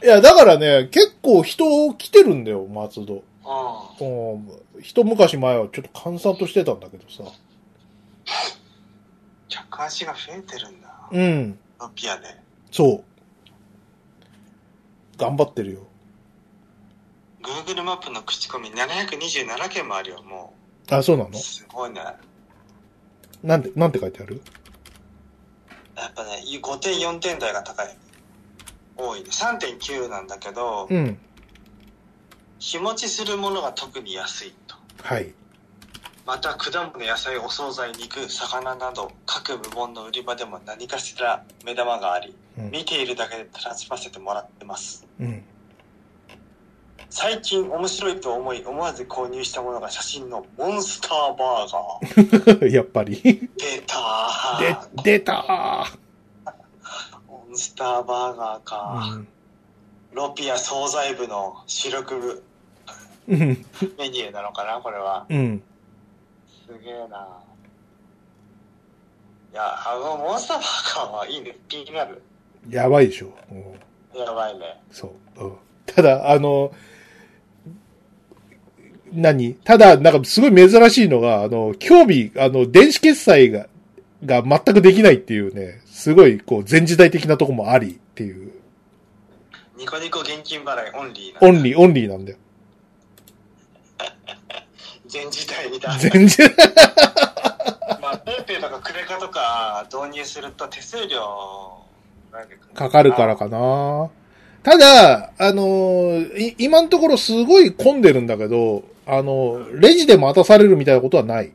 いや、だからね、結構人来てるんだよ、松戸。ううん、一昔前はちょっと閑散としてたんだけどさ。ん。客足が増えてるんだ。うん、ロピアで。そう。頑張ってるよ。 Google マップの口コミ727件もあるよ、もあ、そうなのう。すごいね。なんて、なんて書いてあるやっぱね、5点、4点台が高い。多い。3.9なんだけど、うん。日持ちするものが特に安いと。はい。また、果物、野菜、お惣菜、肉、魚など、各部門の売り場でも何かしら目玉があり、うん見ているだけで楽しませてもらってます。うん。最近面白いと思い、思わず購入したものが写真のモンスターバーガ ー。やっぱり。出たー。で、出たモンスターバーガーか。ーロピア惣菜部の主力部うん。メニューなのかな、これは。うん。すげえな。いや、あの、モンスターバーガーはいいね。気になる。やばいでしょ。もうやばいね。そう。うんただ、あの、何ただ、なんかすごい珍しいのが、あの、競技、あの、電子決済が、が全くできないっていうね、すごい、こう、前時代的なとこもありっていう、ニコニコ現金払いオンリーな。オンリー、オンリーなんだよ。全時代みたいな。全然、まあ、ペイペイとかクレカとか導入すると手数料なんでかかるからかな。ただ、あの、い今のところすごい混んでるんだけど、あの、レジで待たされるみたいなことはない。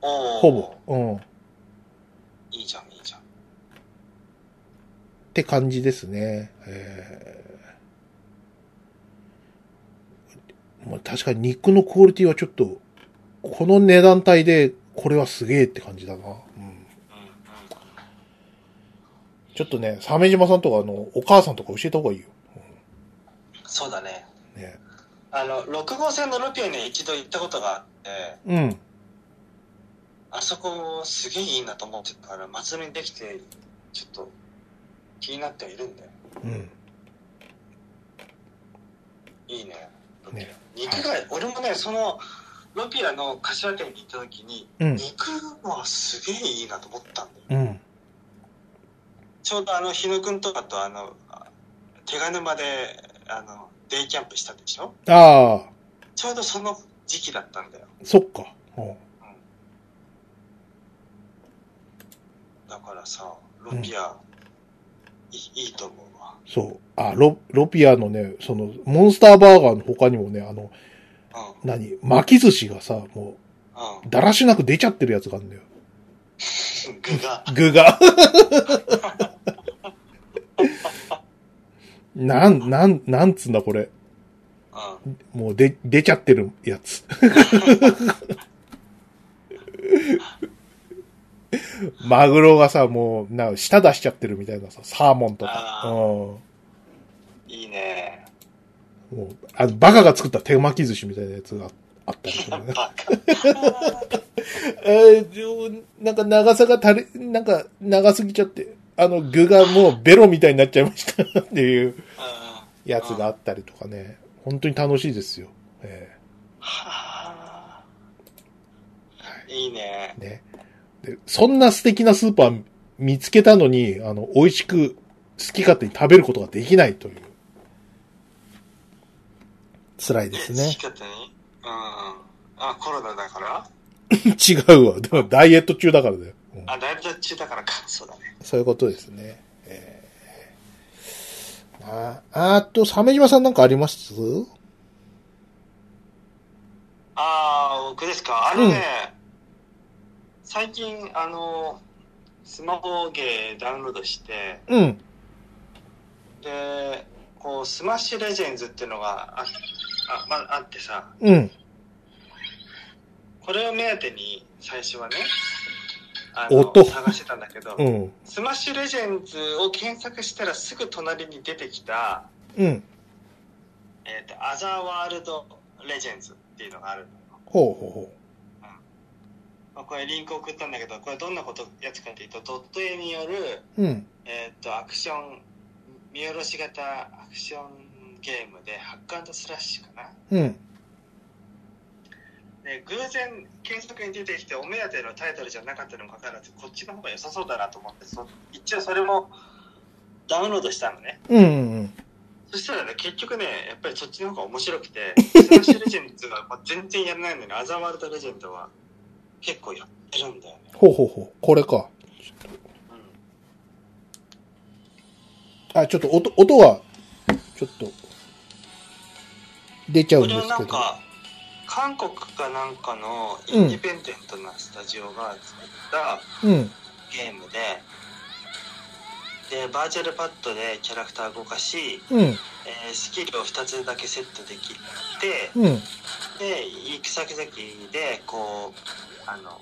おーほぼ。うん。っいいじゃん、いいじゃん。て感じですね。えーまあ確かに肉のクオリティはちょっと、この値段帯で、これはすげえって感じだな。うん。うんちょっとね、鮫島さんとか、あの、お母さんとか教えた方がいいよ。うん、そうだね。ね。あの、6号線のロピアに一度行ったことがあって、うん。あそこすげえいいなと思ってたから、祭りにできて、ちょっと気になってはいるんだよ。うん。いいね。ロピアね肉が、俺もね、その、ロピアの柏店に行った時に、うん。肉はすげえいいなと思ったんだよ。うん。ちょうどあの、日野くんとかとあの、手賀沼で、あの、デイキャンプしたでしょああ、ちょうどその時期だったんだよ。そっか。うんだからさ、ロピア、いいいと思うわ。そう。あ、ロ、ロピアのね、その、モンスターバーガーの他にもね、あの、うん、何、巻き寿司がさ、もうう、だらしなく出ちゃってるやつがあるんだよ。ん。 具が、具が。 なん、なん、なんつんだこれ。うん。もうで、出ちゃってるやつ。 マグロがさ、もう、な、舌出しちゃってるみたいなさ、サーモンとかあ。うんー。いいね。もう、あの、バカが作った手巻き寿司みたいなやつがあったりするねバ。カ。えーでも、なんか長さが足り、なんか長すぎちゃって、あの具がもうベロみたいになっちゃいましたっていうう ん。はやつがあったりとかね、本当に楽しいですよ。えあ。いいねー。ねで。そんな素敵なスーパー見つけたのに、あの、美味しく好き勝手に食べることができないという。辛いです好ねき。勝手にうん。あ、コロナだから 違うわ。でもダイエット中だからだよ。うんあ、ダイエット中だからか。そうだね。そういうことですね。えー、ああと、鮫島さんなんかありますああ、僕ですか。あのね、最近、あの、スマホゲーダウンロードして、うん。でこうスマッシュレジェンズっていうのがああ,、まあってさうん。これを目当てに最初はねあ音の探してたんだけど、うん。スマッシュレジェンズを検索したらすぐ隣に出てきた、うん。えー、とアザーワールドレジェンズっていうのがあるのよほうほうほまあこれリンク送ったんだけどこれどんなことやつかっていうとドット絵による、う。うん。えー、とアクション見下ろし型アクションゲームでハックスラッシュかなうん。で偶然検索に出てきてお目当てのタイトルじゃなかったにもかかわらずこっちの方が良さそうだなと思ってそ一応それもダウンロードしたのねうんうん。そしたらね結局ねやっぱりそっちの方が面白くてスマッシュレジェンドはまあ全然やらないのにアザワールドレジェンドは結構やってるんだよね。ほうほうほう。これか。うんあ、ちょっと音、音が、ちょっと、出ちゃうんこでれすはなけんど。か、韓国かなんかのインディペンデントなスタジオが作ったうん。ゲームで、で、バーチャルパッドでキャラクター動かし、うん。えースキルを2つだけセットできて、うん。で行く先々でこうあの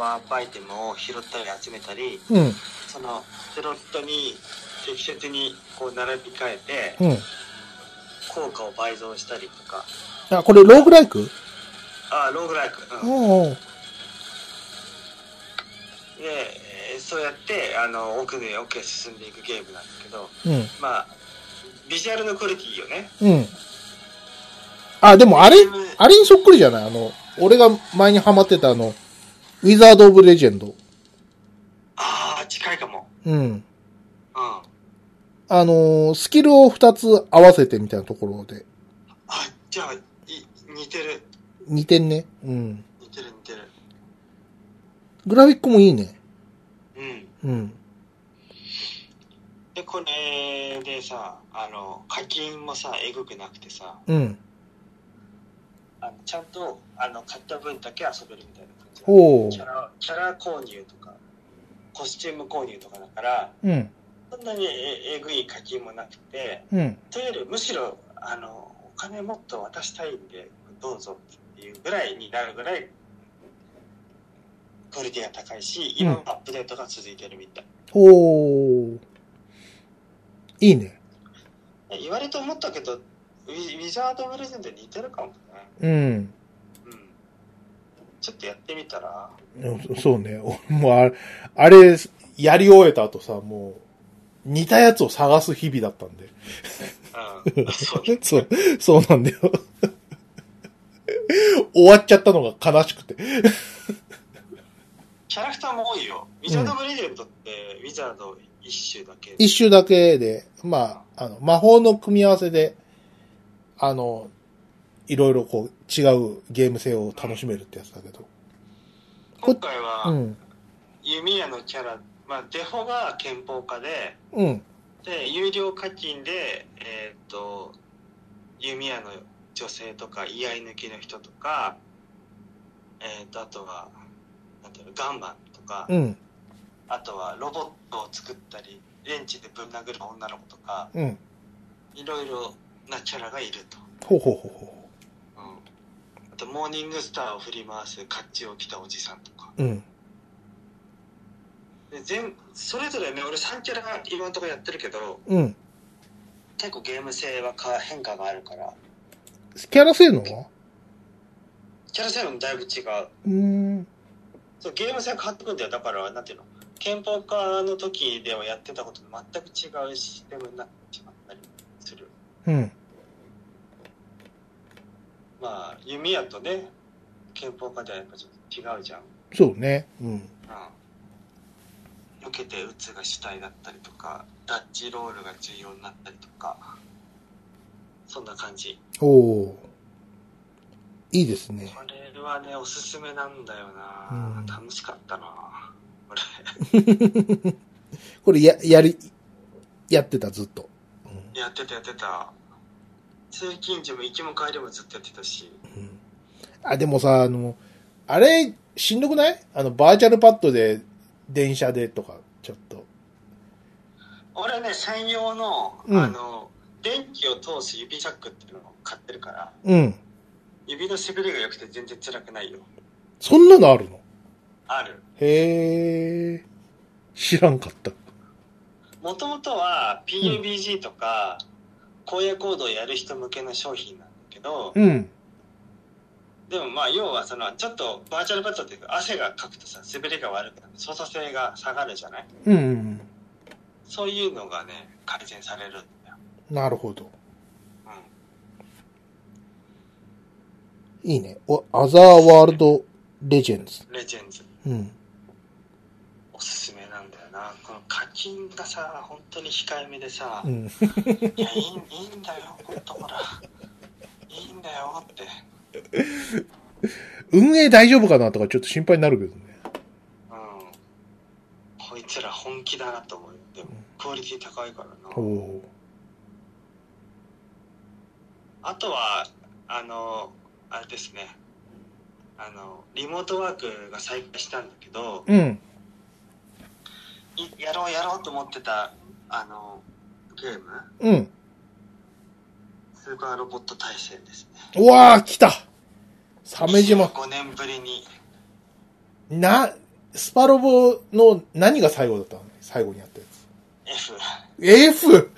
ワープアイテムを拾ったり集めたりうん。そのスロットに適切にこう並び替えてうん。効果を倍増したりとかあ、これ、ローグライクあローグライク、うんおうでえーそうやってあの奥で奥へ進んでいくゲームなんだけどおう。うん。まあビジュアルのクオリティいいよねうん。あ、でもあれゲー、ムあれにそっくりじゃないあの、俺が前にハマってたあの、ウィザード・オブ・レジェンド。ああ近いかもうん。うんああのースキルを二つ合わせてみたいなところで。じゃあい似てる似てんね。うん。似てる似てるグラフィックもいいね。うんうん。でこれでさあの課金もさえぐくなくてさうん。あのちゃんとあの買った分だけ遊べるみたいな感じほうキャラキャラ購入とかコスチューム購入とかだからうん。そんなにええぐい課金もなくてうん。というよりむしろあのお金もっと渡したいんでどうぞっていうぐらいになるぐらいクオリティが高いし今もアップデートが続いてるみたい、おー。いいね。え言われて思ったけどウィウィザード・ブレゼントに似てるかもねうん。うんちょっとやってみたら、そそうね。 俺もうあれ、あれ、やり終えた後さ、もう、似たやつを探す日々だったんで。 うん、そうね。そう、そうなんだよ。 終わっちゃったのが悲しくて。キャラクターも多いよ。ウィザード・ブレジェンドって、ウィザード一種だけ。一周だけで、まあ、あの、魔法の組み合わせで、あの、いろいろこう、違うゲーム性を楽しめるってやつだけど。今回うは、ん。弓矢のキャラ、まあ、デフォが憲法家で、うん。で、有料課金で、えーっと、弓矢の女性とか、居合抜きの人とか、えーっと、あとは、なんていうの、ガンマンとか、うん。あとはロボットを作ったり、レンチでぶん殴る女の子とか、うん。いろいろなキャラがいると。ほうほうほうほあと、モーニングスターを振り回す甲冑を着たおじさんとか。う。うん。で全それぞれね、俺3キャラが今のところやってるけど、うん。結構ゲーム性はか変化があるから、キャラ性能はキャラ性能もだいぶ違う。うーん。そうゲーム性が変わってくるんだよ。だから、なんていうの憲法家の時ではやってたことと全く違うシステムになってしまったりする。うん。まあ、弓矢とね、憲法家ではやっぱちょっと違うじゃん。そうね。うん。避けて打つが主体だったりとかダッチロールが重要になったりとかそんな感じおおー。いいですねこ。れはねおすすめなんだよな、うん楽しかったなこれこれや、やり、やってた、ずっと。 やってたやってた通勤時も行きも帰りもずっとやってたしうんあ、でもさ、あの、あれ、しんどくないあの、バーチャルパッドで、電車でとか、ちょっと。俺ね専用の,、うんあの電気を通す指ジャックっていうのを買ってるからうん。指のしびれが良くて全然辛くないよそんなのあるのあるへえ。知らんかった。もともとは PUBG とか、荒野行動をやる人向けの商品なんだけど、うん。でもまあ要はそのちょっとバーチャルバットっていうか汗がかくとさ滑りが悪くなって操作性が下がるじゃないうんうんそういうのがね改善されるんだよ、うん。なるほど。うん、いいね。お、アザーワールドレジェンズ。レジェンズうん。おすすめなんだよなこの課金がさ本当に控えめでさ、ういん。やいいいいんだよほんとほらいいんだよって運営大丈夫かなとかちょっと心配になるけどね。うん。こいつら本気だなと思うよ。でも、クオリティ高いからおな。おあとは、あの、あれですね。あの、リモートワークが再開したんだけど、ー。うん。いやろうやろうと思ってた、あの、ゲーム、うん。スーパーロボット対戦ですね。うわー、来た鮫島。 5年ぶりに、な、スパロボの何が最後だったの最後にやったやつ。 F、 F! F、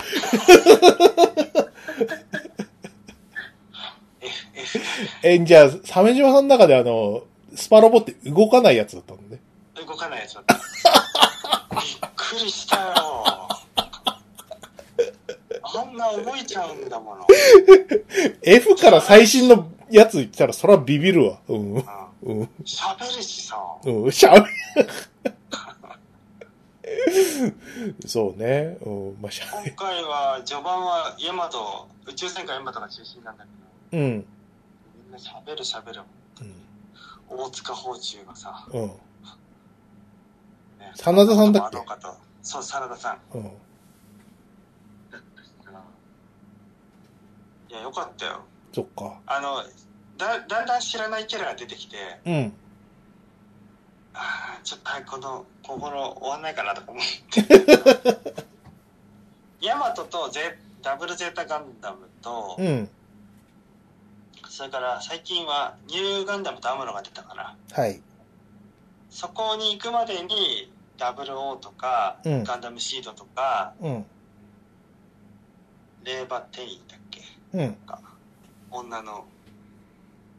F、え、じゃあ、鮫島さんの中であの、スパロボって動かないやつだったのね。動かないやつだった。びっくりしたよ。あんな動いちゃうんだもの。 F から最新のやつ来たらそらビビるわ。うん。うん。ううん。ん喋るしさ。しゃべそうね。うん。まあ、しゃ今回は、序盤はヤマト、宇宙戦艦ヤマトが中心なんだけど、べ。うん。みんな喋る喋る。大塚宝中がさ、うん。うん。ね、真田さんだっけあの方とそう、真田さん。うん。いや、よかったよ。そっか。あの、だ、だんだん知らないキャラが出てきて、うん。ああ、ちょっと早くこの、心終わんないかなとか思って。 ヤマトとゼダブルゼータガンダムと、うん。それから最近はニューガンダムとアムロが出たから、はい。そこに行くまでに、ダブルオーとか、うんガンダムシードとか、うん。レーバテイだっけうん。女の、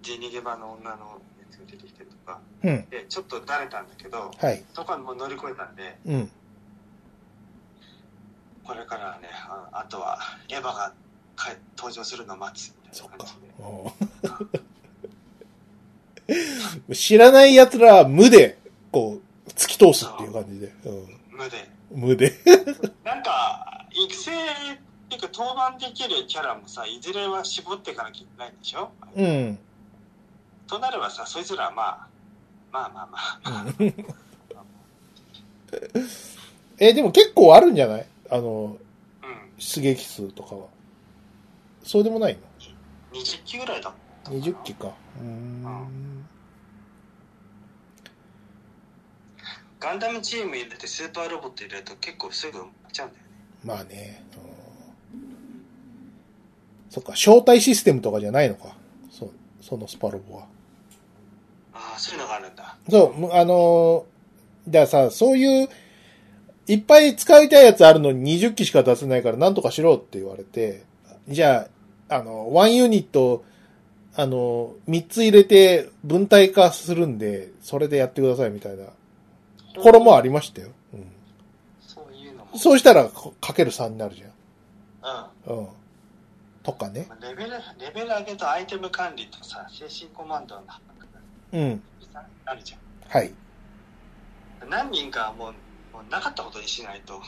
ジェニゲバの女のやつが出てきてるとか、うん。で、ちょっと慣れたんだけど、はい。そこはもう乗り越えたんで、うん。これからはね、ああとはエヴァが帰登場するのを待つみたいそっなか感じで。。うん知らない奴らは無で、こう、突き通すっていう感じで。うん無で。無で。なんか、育成っていうか登板できるキャラもさ、いずれは絞っていかなきゃいけないんでしょ、うん。 となればさ、そいつらはまあ、まあまあまあ、え、でも結構あるんじゃないあの、うん、出撃数とかは。そうでもない20機ぐらいだもん。の ?20 機か。うーん。ガンダムチーム入れてスーパーロボット入れると結構すぐ埋まっちゃうんだよね。まあね。うんそっか、招待システムとかじゃないのか。そう、そのスパロボは。ああ、そういうのがあるんだ。そうむ、あのー、だからさ、そういう、いっぱい使いたいやつあるのに20機しか出せないからなんとかしろって言われて、じゃあ、あの、ワンユニット、あの、3つ入れて分体化するんで、それでやってくださいみたいな、ところもありましたよ。うん、そういうのも。そうしたら、かかける3になるじうゃん。うん。とかね。ん。レベル、レベル上げとアイテム管理とさ、精神コマンドの発覚うん。があるじゃん。はい。何人かもうもうなかったことにしない と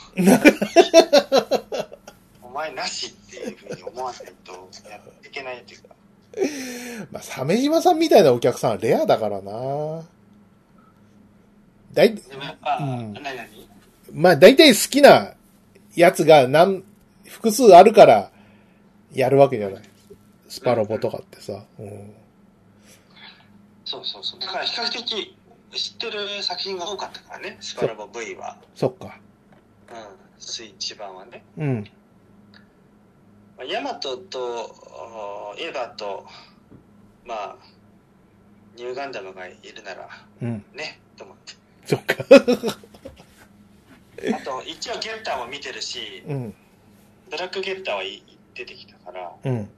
お前なしっていうふうに思わないとやっていけないっていうかまあ、鮫島さんみたいなお客さんはレアだからなだい、でもやっぱ、うん何何まあ大体好きなやつが何、複数あるからやるわけじゃない。スパロボとかってさ。うん、そうそうそうだから比較的知ってる作品が多かったからねスパラボ V は、そっか。うん、スイッチ版はねうん。まあヤマトとあーエヴァとまあニューガンダムがいるならうん。ねと思ってそっか。 あと一応ゲッターも見てるしうん。ドラッグゲッターはい出てきたからうん。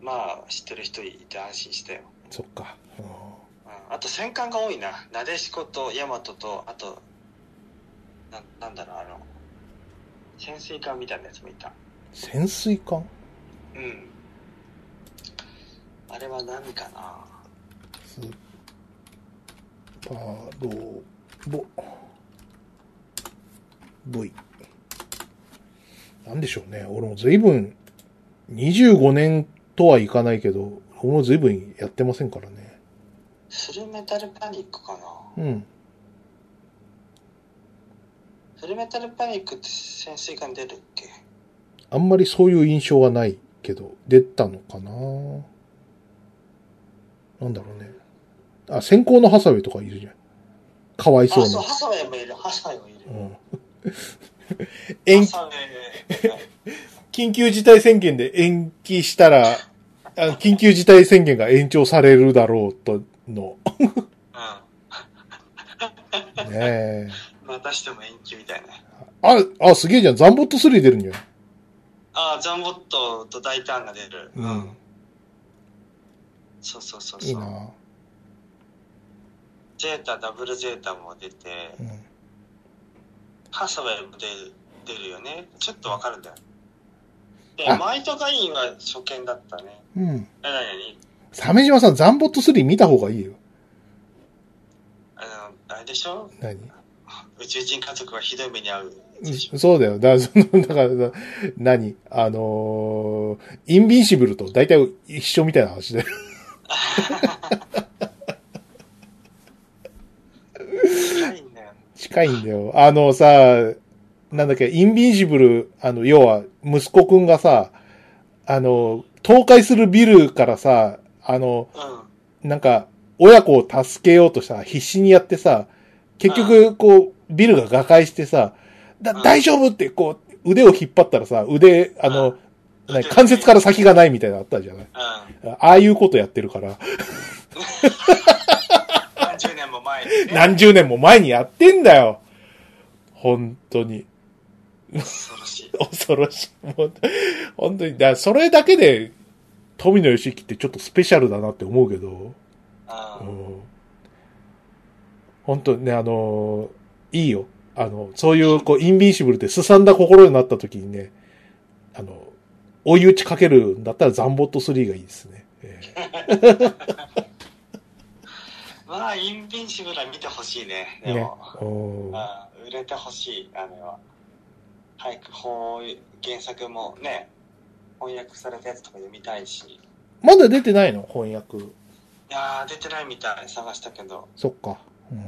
まあ知ってる人いて安心したよ、そっか。うんうん、あと戦艦が多いななでしことヤマトとあとななんだろうあの潜水艦みたいなやつもいた潜水艦うんあれは何かなスーパロボ。ボイ。なんでしょうね。俺も随分、25年とはいかないけど、僕も随分やってませんからね。スルメタルパニックかなうん。スルメタルパニックって潜水艦出るっけあんまりそういう印象はないけど、出たのかななんだろうね。あ、先行のハサウェイとかいるじゃん。かわいそうあ、そう、な。ハサウェイもいる、ハサウェイもいる。うん、延ハ期サウェイね緊急事態宣言で延期したら、あ緊急事態宣言が延長されるだろうとの、ねえ。うん。またしても延期みたいな。あ、あ、すげえじゃん。ザンボット3出るんじゃん。ああ、ザンボットと大胆が出る。うん。そうそうそういいそなう。ゼータ、ダブルゼータも出て、うん。ハサウェイも出る出るよね。ちょっとわかるんだよ。であ、マイトガインは初見だったね。うん。え、なに鮫島さん、ザンボット3見た方がいいよ。あの、あれでしょ何宇宙人家族がひどい目に遭うでしょ。そうだよ。だから、 その、だから、だ何あのーインビンシブルと大体一緒みたいな話だよ。 辛いんだよ。近いんだよ。あのさ、なんだっけ、インビンシブル、あの、要は、息子くんがさ、あの、倒壊するビルからさ、あの、うん。なんか、親子を助けようとした必死にやってさ、結局、こう、ビルが瓦解してさ、だ、うん大丈夫って、こう、腕を引っ張ったらさ、腕、あうのん、 何関節から先がないみたいなのあったじゃないうん。ああいうことやってるから、何十年も前に、ね。 何十年も前にやってんだよ。本当に。恐ろしい。恐ろしい。もう本当に。だからそれだけで、富野義行ってちょっとスペシャルだなって思うけど、ううん。ん、本当にね、あのーいいよ。あの、そういう、こう、インビンシブルってすさんだ心になった時にね、あの、追い打ちかけるんだったらザンボット3がいいですね。ええまあ、インビンシブルは見てほしいね。でも、うんうん、売れてほしい、あれは。早くこういう原作もね、翻訳されたやつとかで見たいし。いまだ出てないの翻訳。やー、出てないみたい、探したけど。そっか。うんうん。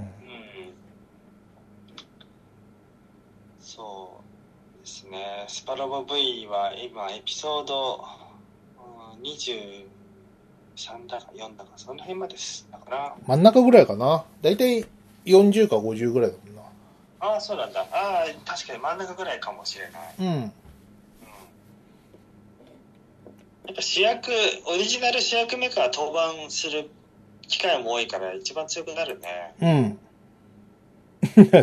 そうですね。スパロボ V は今、エピソード、うん、23だか4だか、その辺までです。だから、真ん中ぐらいかな。だいたい40か50ぐらいだもんな。ああ、そうなんだ。ああ、確かに真ん中ぐらいかもしれない。うん。やっぱ主役、オリジナル主役メーカーは登板する機会も多いから一番強くなる ね。うん。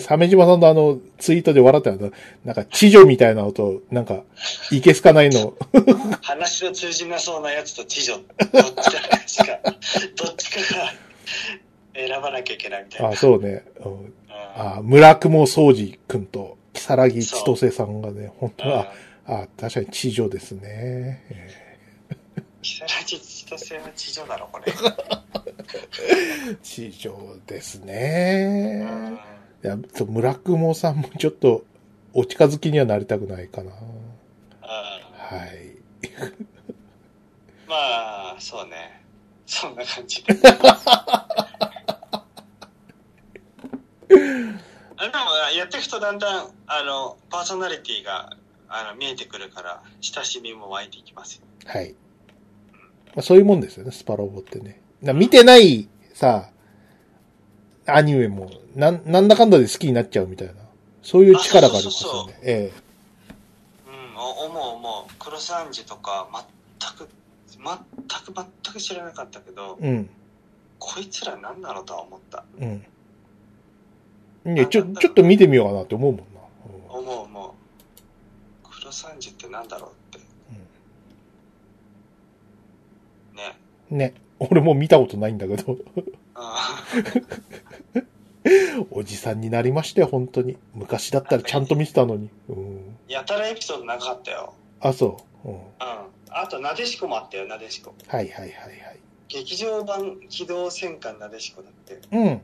鮫島さんのあの、ツイートで笑ったよな。なんか、知女みたいなのと、なんか、いけすかないの。話の通じなそうなやつと知女、どっちかしか、どっちかが選ばなきゃいけないみたいあ、そうね。うんな。あ、村雲宗司くんと、木更木千歳さんがね、本当うん。あ、あ、確かに知女ですね。え木更木千歳は知女だろ、こ れ。ー知女ですねう。んいや、そう村雲さんもちょっと、お近づきにはなりたくないかうんな。はい。まあ、そうね。そんな感 じで。あでもやっていくとだんだんあのパーソナリティがあの見えてくるから親しみも湧いていきますよ。はい。まあ、そういうもんですよね、スパロボってね。な見てない、さ、アニメも、なん、なんだかんだで好きになっちゃうみたいな。そういう力がありますあそようそうそうね。えうん、お思う思う。クロスアンジとか全く全く全く知らなかったけどえ。うん。こいつら何なのとは思った。うん。いや、ちょ、ちょっと見てみようかなって思うもんな。うん思う思う。クロスアンジって何だろうって。ね。ね。俺もう見たことないんだけど、 うんおじさんになりましたよ、本当に。昔だったらちゃんと見てたのに。うん。やたらエピソードなかったよ。あ、そう。うん。うん。あと、なでしこもあったよ、なでしこ。はいはいはいはい。劇場版機動戦艦なでしこだって。うん。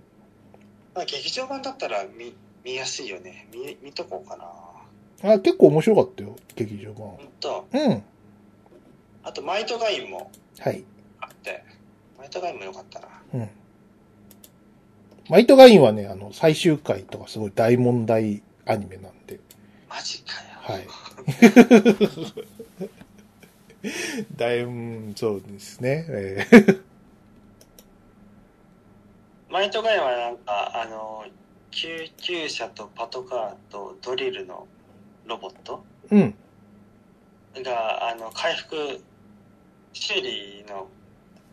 まあ、劇場版だったら見見やすいよね。見見とこうかな。あ、結構面白かったよ、劇場版ほんと。。うん。あと、マイトガインもはい。あっって。バイト外も良かったな。うん。マイトガインはね、あの、最終回とかすごい大問題アニメなんで。マジかよ。はい。 だいぶ、そうですね。えーマイトガイはなんか、あの、救急車とパトカーとドリルのロボットうん。が、あの、回復、修理の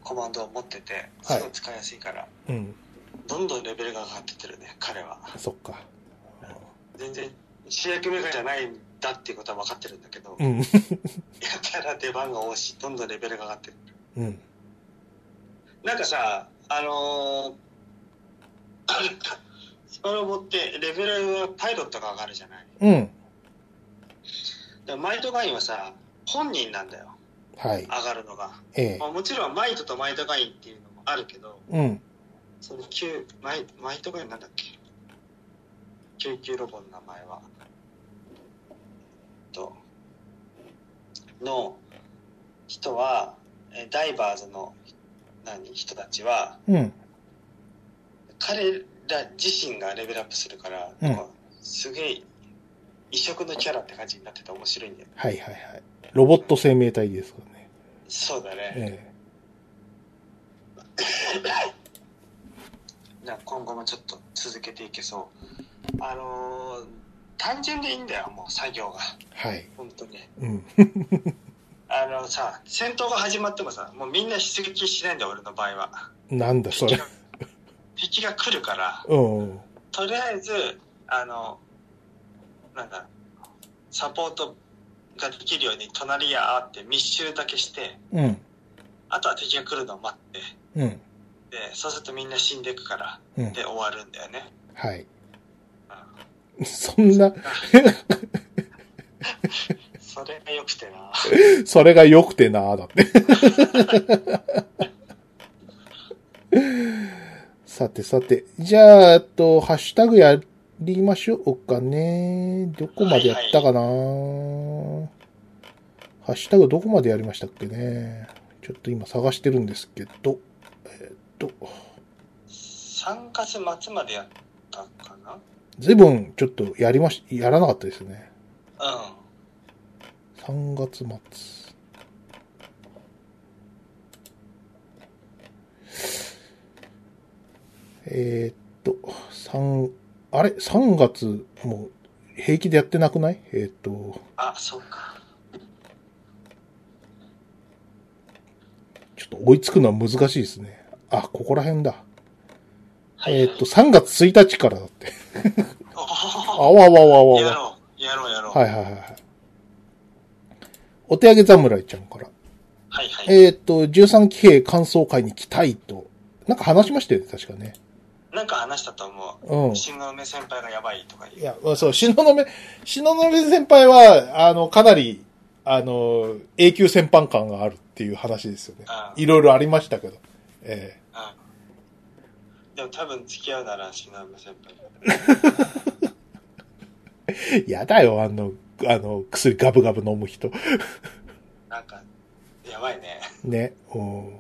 コマンドを持ってて、はすいごい使いやすいから、うん。どんどんレベルが上がってってるね、彼は。そっか。全然、主役メガじゃないんだっていうことは分かってるんだけど、うやん。たら出番が多いし、どんどんレベルが上がってる。うん。なんかさ、あ のースパロボってレベルはパイロットが上がるじゃない。うん。でマイトガインはさ、本人なんだよ、はい。上がるのが。ええまあ、もちろんマイトとマイトガインっていうのもあるけど、うん。その旧マイマイトガインなんだっけ救急ロボの名前は。と、の人は、えダイバーズの何人たちは、うん。彼ら自身がレベルアップするから、うんなんかすげえ異色のキャラって感じになってて面白いんだよはいはいはい。ロボット生命体ですからね。そうだね、えなんか今後もちょっと続けていけそうあのー単純でいいんだよもう作業がえはい。本当にうん。 あのさ戦闘が始まってもさもうみんな出撃しないんだよ俺の場合はなんだそれ。敵が来るからうん。とりあえずあのなんだサポートができるように隣やあって密集だけしてうん。あとは敵が来るのを待って、うん。で、そうするとみんな死んでいくから、うん。で、終わるんだよ ね。はい。うんそんな、それが良くてな。それが良くてなーだって。 さてさて。じゃあ、えっと、ハッシュタグやりましょうかね。どこまでやったかな、ハッシュタグどこまでやりましたっけね。ちょっと今探してるんですけど。えっと、 3月末までやったかな随分ちょっとやりまし、やらなかったですね。うん。 3月末。えーっと、3、あれ ?3 月、もう、平気でやってなくないえーっと、あ、そうか。ちょっと追いつくのは難しいですね。あ、ここら辺だ。はえーっと、3月1日からだって。おあーわわわわわやわ。ろう、やろう、やろう。ははいいはいはいはい。お手上げ侍ちゃんから。はい。えーっと、13期兵感想会に来たいと。なんか話しましたよね、確かね。なんか話したと思うんう。。新の梅先輩がやばいとかい言う。や、そう、東雲、東雲先輩は、あの、かなり、あの、永久戦犯感があるっていう話ですよね。うんいろいろありましたけど。えうんでも多分付き合うなら新の梅先輩。えやだよ、あの、あの、薬ガブガブ飲む人。なんか、やばいね。 ね。うん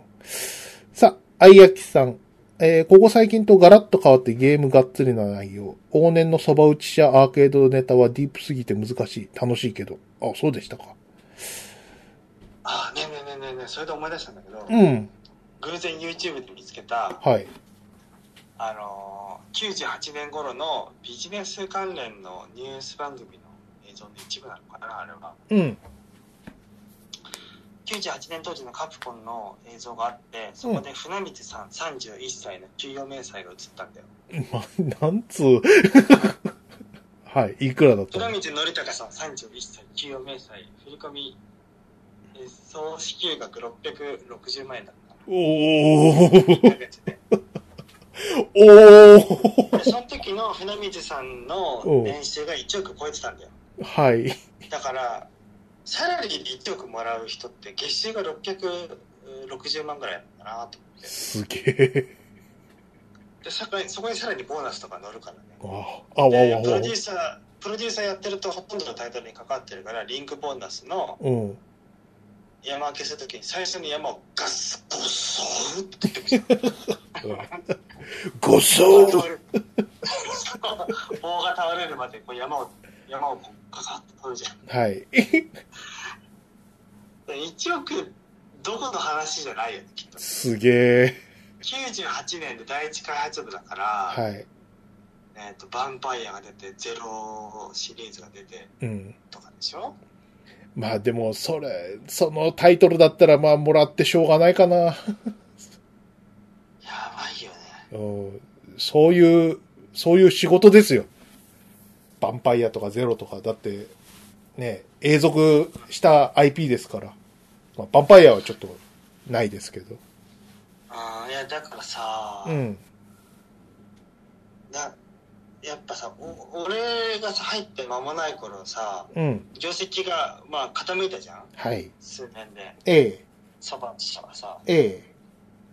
さあ、あいやきさん。えーここ最近とガラッと変わってゲームがっつりな内容。往年のそば打ちやアーケードネタはディープすぎて難しい。楽しいけど。あ、そうでしたか。あ、ねえねえねえねえねえ、それで思い出したんだけど、うん。偶然 YouTube で見つけた、はい。あのー、98年頃のビジネス関連のニュース番組の映像の一部なのかなあれはうん。 98年当時のカプコンの映像があってそこで船光さん31歳の給与明細が映ったんだよま、 なんつう。はい、いくらだった船の光則隆さん31歳給与明細振り込みえー総支給額660万円だったかおーななんかやつでおでその時の船光さんの年収が1億超えてたんだよーはい。だから、サラリーで1億もらう人って、月収が660万ぐらいだなと思って。すげえ。で、さらにそこにさらにボーナスとか乗るからね。あ、あわわでわ、。プロデューサー、プロデューサーやってるとほとんどのタイトルにかかってるから、リンクボーナスのうん。山分けするときに最初に山をガッス、ゴッソーって言ってましたご棒そうが倒れる 棒が倒れるまでこう山を山をこうガサッと取るじゃんはい。 1億どこの話じゃないよねきっとすげえ。 98年で第一開発部だから、はい。えっとヴァンパイアが出てゼロシリーズが出てうん。とかでしょまあでも、それ、そのタイトルだったら、まあ、もらってしょうがないかな。やばいよねうんそういう、そういう仕事ですよ。ヴァンパイアとかゼロとか、だって、ね、永続した IP ですから。まあ、ヴァンパイアはちょっと、ないですけど。あーいやだからさ、うん。なやっぱさお俺がさ入って間もない頃さうん。業績がまあ傾いたじゃんはい。数年でええ、サバッ社はさええ。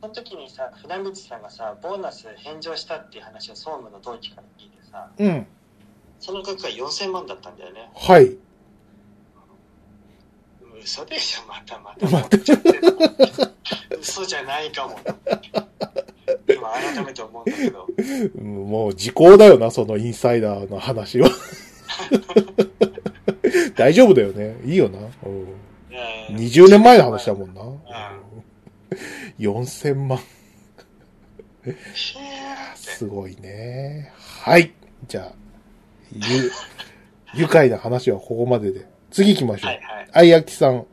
その時にさ船光さんがさボーナス返上したっていう話を総務の同期から聞いてさうん。その額が4000万だったんだよねはい。嘘でしょまたまた持っちゃってる嘘じゃないかも今改めて思うんだけ どうんもう時効だよな、そのインサイダーの話 は。大丈夫だよね。いいよな。うんいやいや20年前の話だもんな。4000万。シェーってすごいね。はい。じゃあ、ゆ、 愉快な話はここまでで。次行きましょう。はいはいあいあきさん。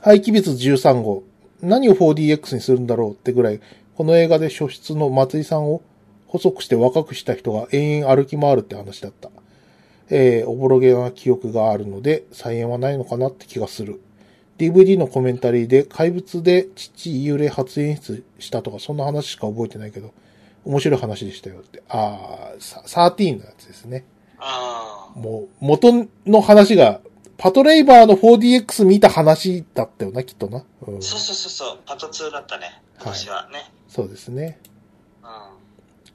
廃棄物13号。何を 4DX にするんだろうってぐらい、この映画で初出の松井さんを細くして若くした人が延々歩き回るって話だった。えー、おぼろげな記憶があるので、再演はないのかなって気がする。DVD のコメンタリーで怪物で父幽霊初演出したとか、そんな話しか覚えてないけど、面白い話でしたよって。あー、さ13のやつですね。あもう、元の話が、パトレイバーの 4DX 見た話だったよな、きっとな。うんあそうそうそうそうパト2だったね今年はね、そうですね。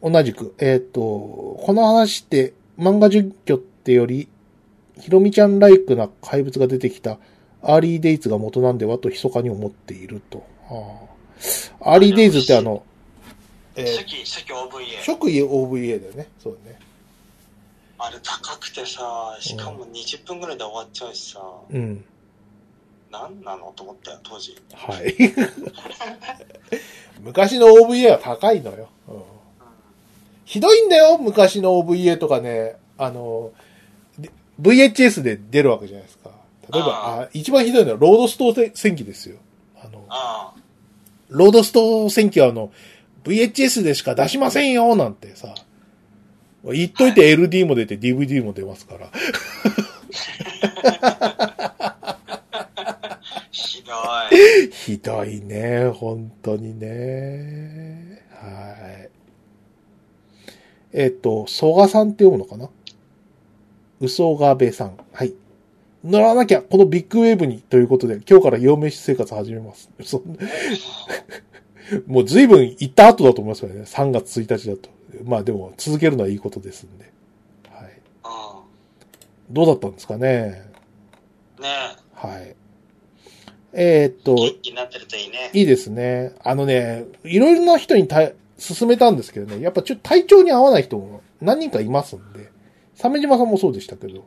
うん同じく、えっ、と、この話って、漫画実況ってより、ひろみちゃんライクな怪物が出てきた、アーリーデイズが元なんではと密かに思っていると。あーアーリーデイズってあの、え初ー、期初期 OVA 即位 OVA だよね。そうだね。あれ高くてさしかも20分ぐらいで終わっちゃうしさ、うん。なん、何なのと思ったよ当時はい。 昔の OVA は高いのよ。うんひどいんだよ、昔の OVA とかね。あの、で VHS で出るわけじゃないですか。例えば、ああ一番ひどいのはロードストー戦記ですよ。あの、あロードストー戦記はあの、VHS でしか出しませんよ、なんてさ。言っといて LD も出て DVD も出ますから。あひどいひどいね、本当にね。はい。えっ、と、蘇我さんって読むのかな嘘がべさん。はい。乗らなきゃ、このビッグウェーブに、ということで、今日から陽明生活始めます。そんもう随分行った後だと思いますよね。3月1日だと。まあでも、続けるのはいいことですんで。はい。うんどうだったんですかねねはい。えっ、とえ、元気になってるといいねいいですね。あのね、いろいろな人にた勧めたんですけどね、やっぱちょっと体調に合わない人も何人かいますんで、鮫島さんもそうでしたけど。。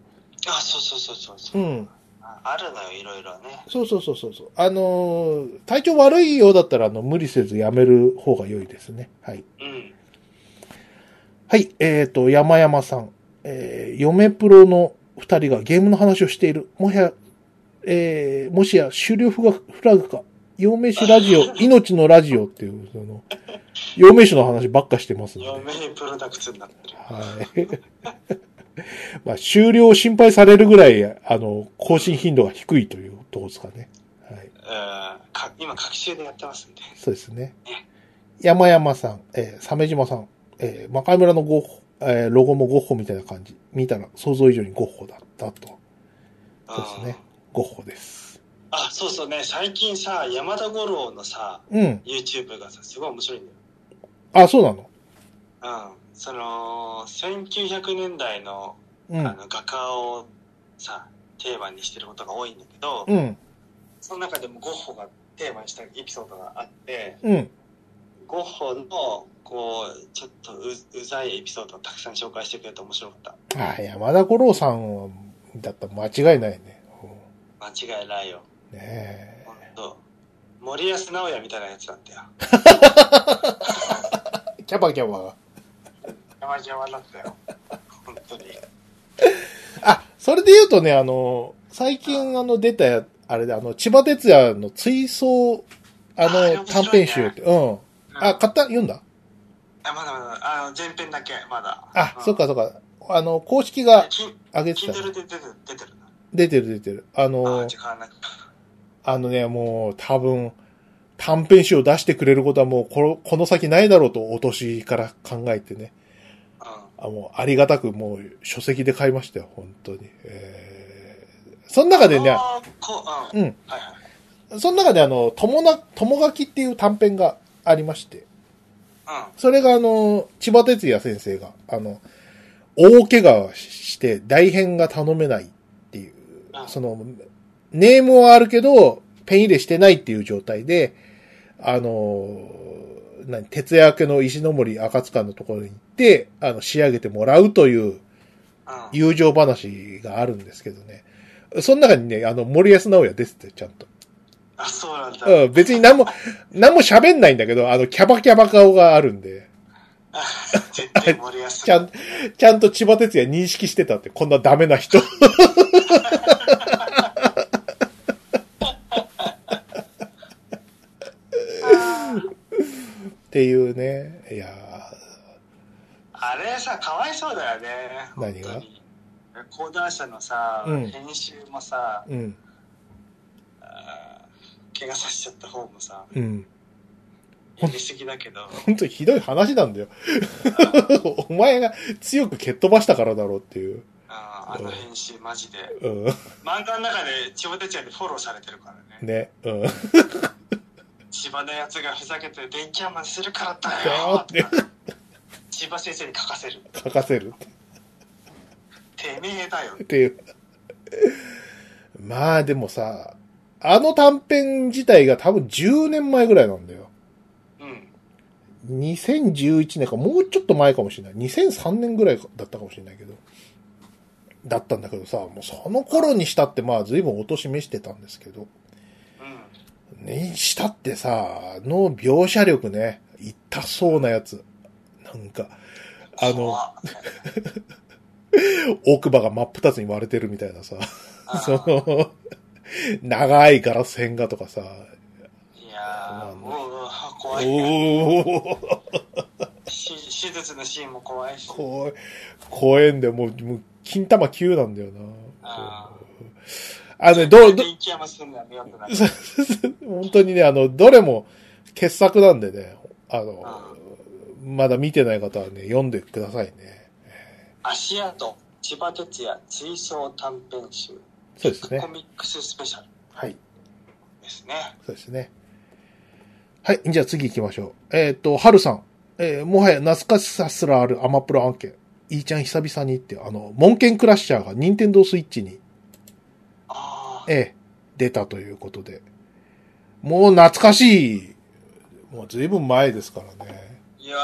あそうそうそうそうそううんああるのよいろいろねそうそうそうそうそう。あのー体調悪いようだったら、あの、無理せずやめる方が良いですね。はい。うんはい、えー、と、山山さん。えー、嫁プロの二人がゲームの話をしている。もはや、えー、もしや終了フラフラグか。陽明酒ラジ オ、命のラジオっていう、その、陽明酒の話ばっかしてますんで。嫁にプロダクツになってるはい。 まあ、終了を心配されるぐらい、あの、更新頻度が低いというところですかね。はうい。んか今隔週でやってますんでそうですね。山山さん、えー、鮫島さん、えー、魔界村のゴッホ、えーロゴもゴッホみたいな感じ。見たら想像以上にゴッホだったと。そうですねん。ゴッホです。あそうそうね最近さ山田五郎のさうん。 YouTube がさすごい面白いんだよあ、そうなのうん、その1900年代の,、うんあ。の画家をさテーマにしてることが多いんだけど、うん。その中でもゴッホがテーマにしたエピソードがあって、うん。ゴッホの、こう、ちょっとううざいエピソードをたくさん紹介してくれて面白かった。ああ、山田五郎さんは、だったら間違いないね。間違いないよ。うんねほんと。森安直也みたいなやつなんだよ。え。キャバキャバ。山々だった よ。本当に。あ、それで言うとね、あの、最近あの出たや、あれで、あの、千葉哲也の追走、ああれの、面白短いね編集って、うん。あ、買った読んだあ、まだまだ、あの、前編だけ、まだ。あ、うんそっ。かそっか。あの、公式がキ上げてたね。 Kindle で出てる、出てるな。出てる出てる。ああ、の、時間なく。あのね、もう多分、短編集を出してくれることはもうこの、この先ないだろうと、お年から考えてね。うん。あもう、ありがたく、もう、書籍で買いましたよ、本当に。えー、その中でね、あーこう、うん。うんはいはい。その中であの、友な、友書きっていう短編がありまして、それがあの、千葉哲也先生が、あの、大怪我をして、大変が頼めないっていうう、んその、ネームはあるけど、ペン入れしてないっていう状態で、あの、何、徹夜明けの石ノ森赤塚のところに行って、あの、仕上げてもらうといううん。うん。友情話があるんですけどね。その中にね、あの、森安直也出てて、ちゃんと。あ、そうなんだ。うん、別に何も、何も喋んないんだけど、あの、キャバキャバ顔があるんで。あ絶対森保ちゃん、ちゃんと千葉哲也認識してたって、こんなダメな人。っていうね。いやあれさ、かわいそうだよね。何が本当に講談社のさ、うん編集もさ、ーうん、あー怪我させちゃった方もさ、うん。やりすぎだけど、本当にひどい話なんだよ。お前が強く蹴っ飛ばしたからだろうっていう。あーあの編集マジで。う漫画の中で千葉哲也にフォローされてるからん、ね。ね。うん。千葉のやつがふざけて電気アマンするからだだよよっって。千葉先生に書かせる。書かせる。てめえだよ。っていう。 まあでもさ、あの短編自体が多分10年前ぐらいなんだよ。うん。 2011年か、もうちょっと前かもしれない。2003年ぐらいだったかもしれないけど。だったんだけどさ、もうその頃にしたってまあ随分おとしめしてたんですけど。うん。にしたってさ、あの描写力ね、痛そうなやつ。なんか、あの怖っ、奥歯が真っ二つに割れてるみたいなさ、 あーその、長いガラス片画とかさ、いやー、うんもうお怖いよ。ー、し手術のシーンも怖いし。怖い、怖えんだよ。もう、もう金玉9なんだよな。ああのね、どう、ど、電気山すんのはよくない。本当にね、あの、どれも傑作なんでね、あの、あまだ見てない方はね、読んでくださいね。足跡、千葉哲也、追走短編集、そうですコね。ミックススペシャルはい。ですね。そうですね。はい。じゃあ次行きましょう。えっ、と、はるさん。えーもはや懐かしさすらあるアマプラ案件。いーちゃん久々にって、あの、門ンクラッシャーが任天堂スイッチにああ、ええ、出たということで。もう懐かしい。もう随分前ですからね。いや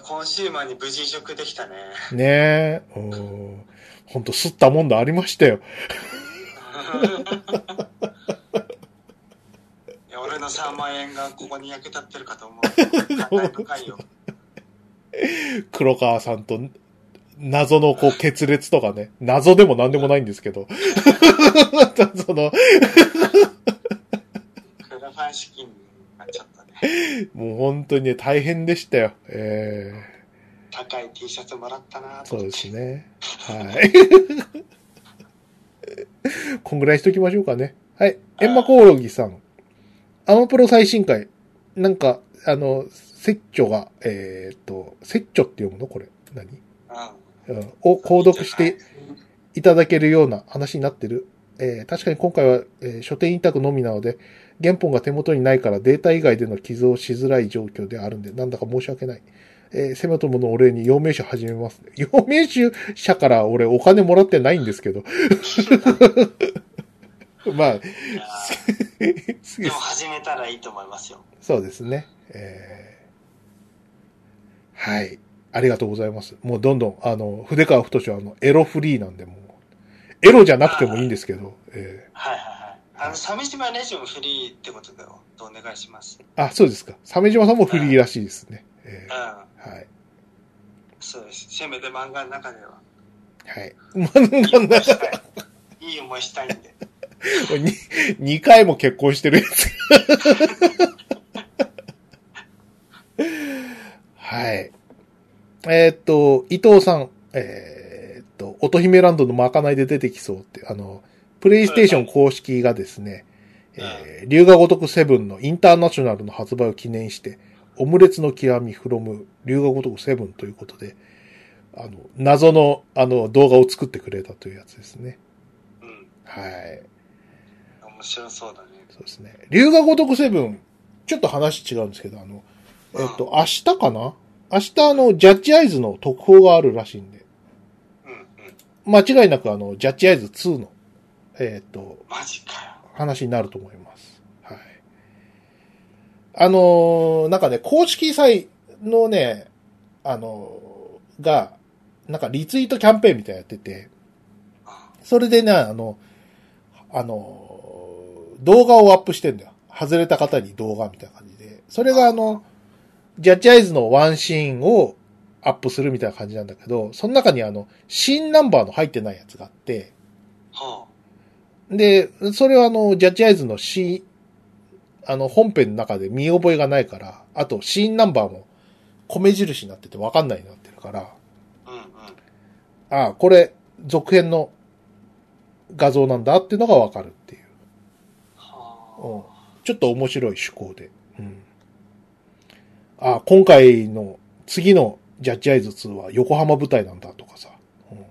ー、コンシューマーに無事移植できたね。ねえ。うん。ほんと、吸ったもんだありましたよ。いや俺の3万円がここに役立ってるかと思う。感慨深いよ。黒川さんと、謎のこう、決裂とかね。謎でも何でもないんですけど。 その、クラファン資金になっちゃったね。もう本当にね、大変でしたよ。ええ高い T シャツもらったなとそう思っでてすね。はい。 こんぐらいしときましょうかね。はい。エンマコオロギさん。アマプロ最新回。なんか、あの、セッチョが、えーっと、セッチョって読むのこれ。何うん。を購読して。いただけるような話になってる。えー確かに今回は、えー書店委託のみなので、原本が手元にないからデータ以外での寄贈しづらい状況であるんで、なんだか申し訳ない。えーせめとものお礼に陽明酒始め ます、陽明酒社から俺お金もらってないんですけど。まあ、いやーす でも始めたらいいと思いますよ。そうですね。えーはい。ありがとうございます。もうどんどん、あの、筆川太はあの、エロフリーなんで、もう、エロじゃなくてもいいんですけど、えはいはいはい。あの、鮫島レジもフリーってことだよ。お願いします。うん。ーあ、そうですか。鮫島さんもフリーらしいですね。えーはい。そうです。せめて漫画の中では。はい。漫いい画の思い中したい。いい思いしたいんで。に、2回も結婚してるやつ。 はい。えーっと、伊藤さん、えーっと、乙姫ランドのまかないで出てきそうって、あの、プレイステーション公式がですね、えー、龍が如くセブンのインターナショナルの発売を記念して、オムレツの極みフロム、龍が如くセブンということで、あの、謎の、あの、動画を作ってくれたというやつですね。うん。はい。面白そうだね。そうですね。龍が如くセブン、ちょっと話違うんですけど、あの、えっと、明日かな明日、あの、ジャッジアイズの特報があるらしいんで、うんうん。間違いなく、あの、ジャッジアイズ2の、えっと、マジかよ。話になると思います。はい。あのーなんかね、公式祭のね、あのーが、なんかリツイートキャンペーンみたいなのやってて、それでね、あの、あのー動画をアップしてんだよ。外れた方に動画みたいな感じで。それがあの、ジャッジアイズのワンシーンをアップするみたいな感じなんだけど、その中にあの、新ナンバーの入ってないやつがあって、はで、それはあの、ジャッジアイズのシーン、あの、本編の中で見覚えがないから、あとシーンナンバーも米印になってて分かんないようになってるから、あ。うんうん。ああ、これ、続編の画像なんだっていうのが分かるっていう。うはんちょっと面白い趣向で。うん。ああ、今回の次のジャッジアイズ2は横浜舞台なんだとかさ。うんあ。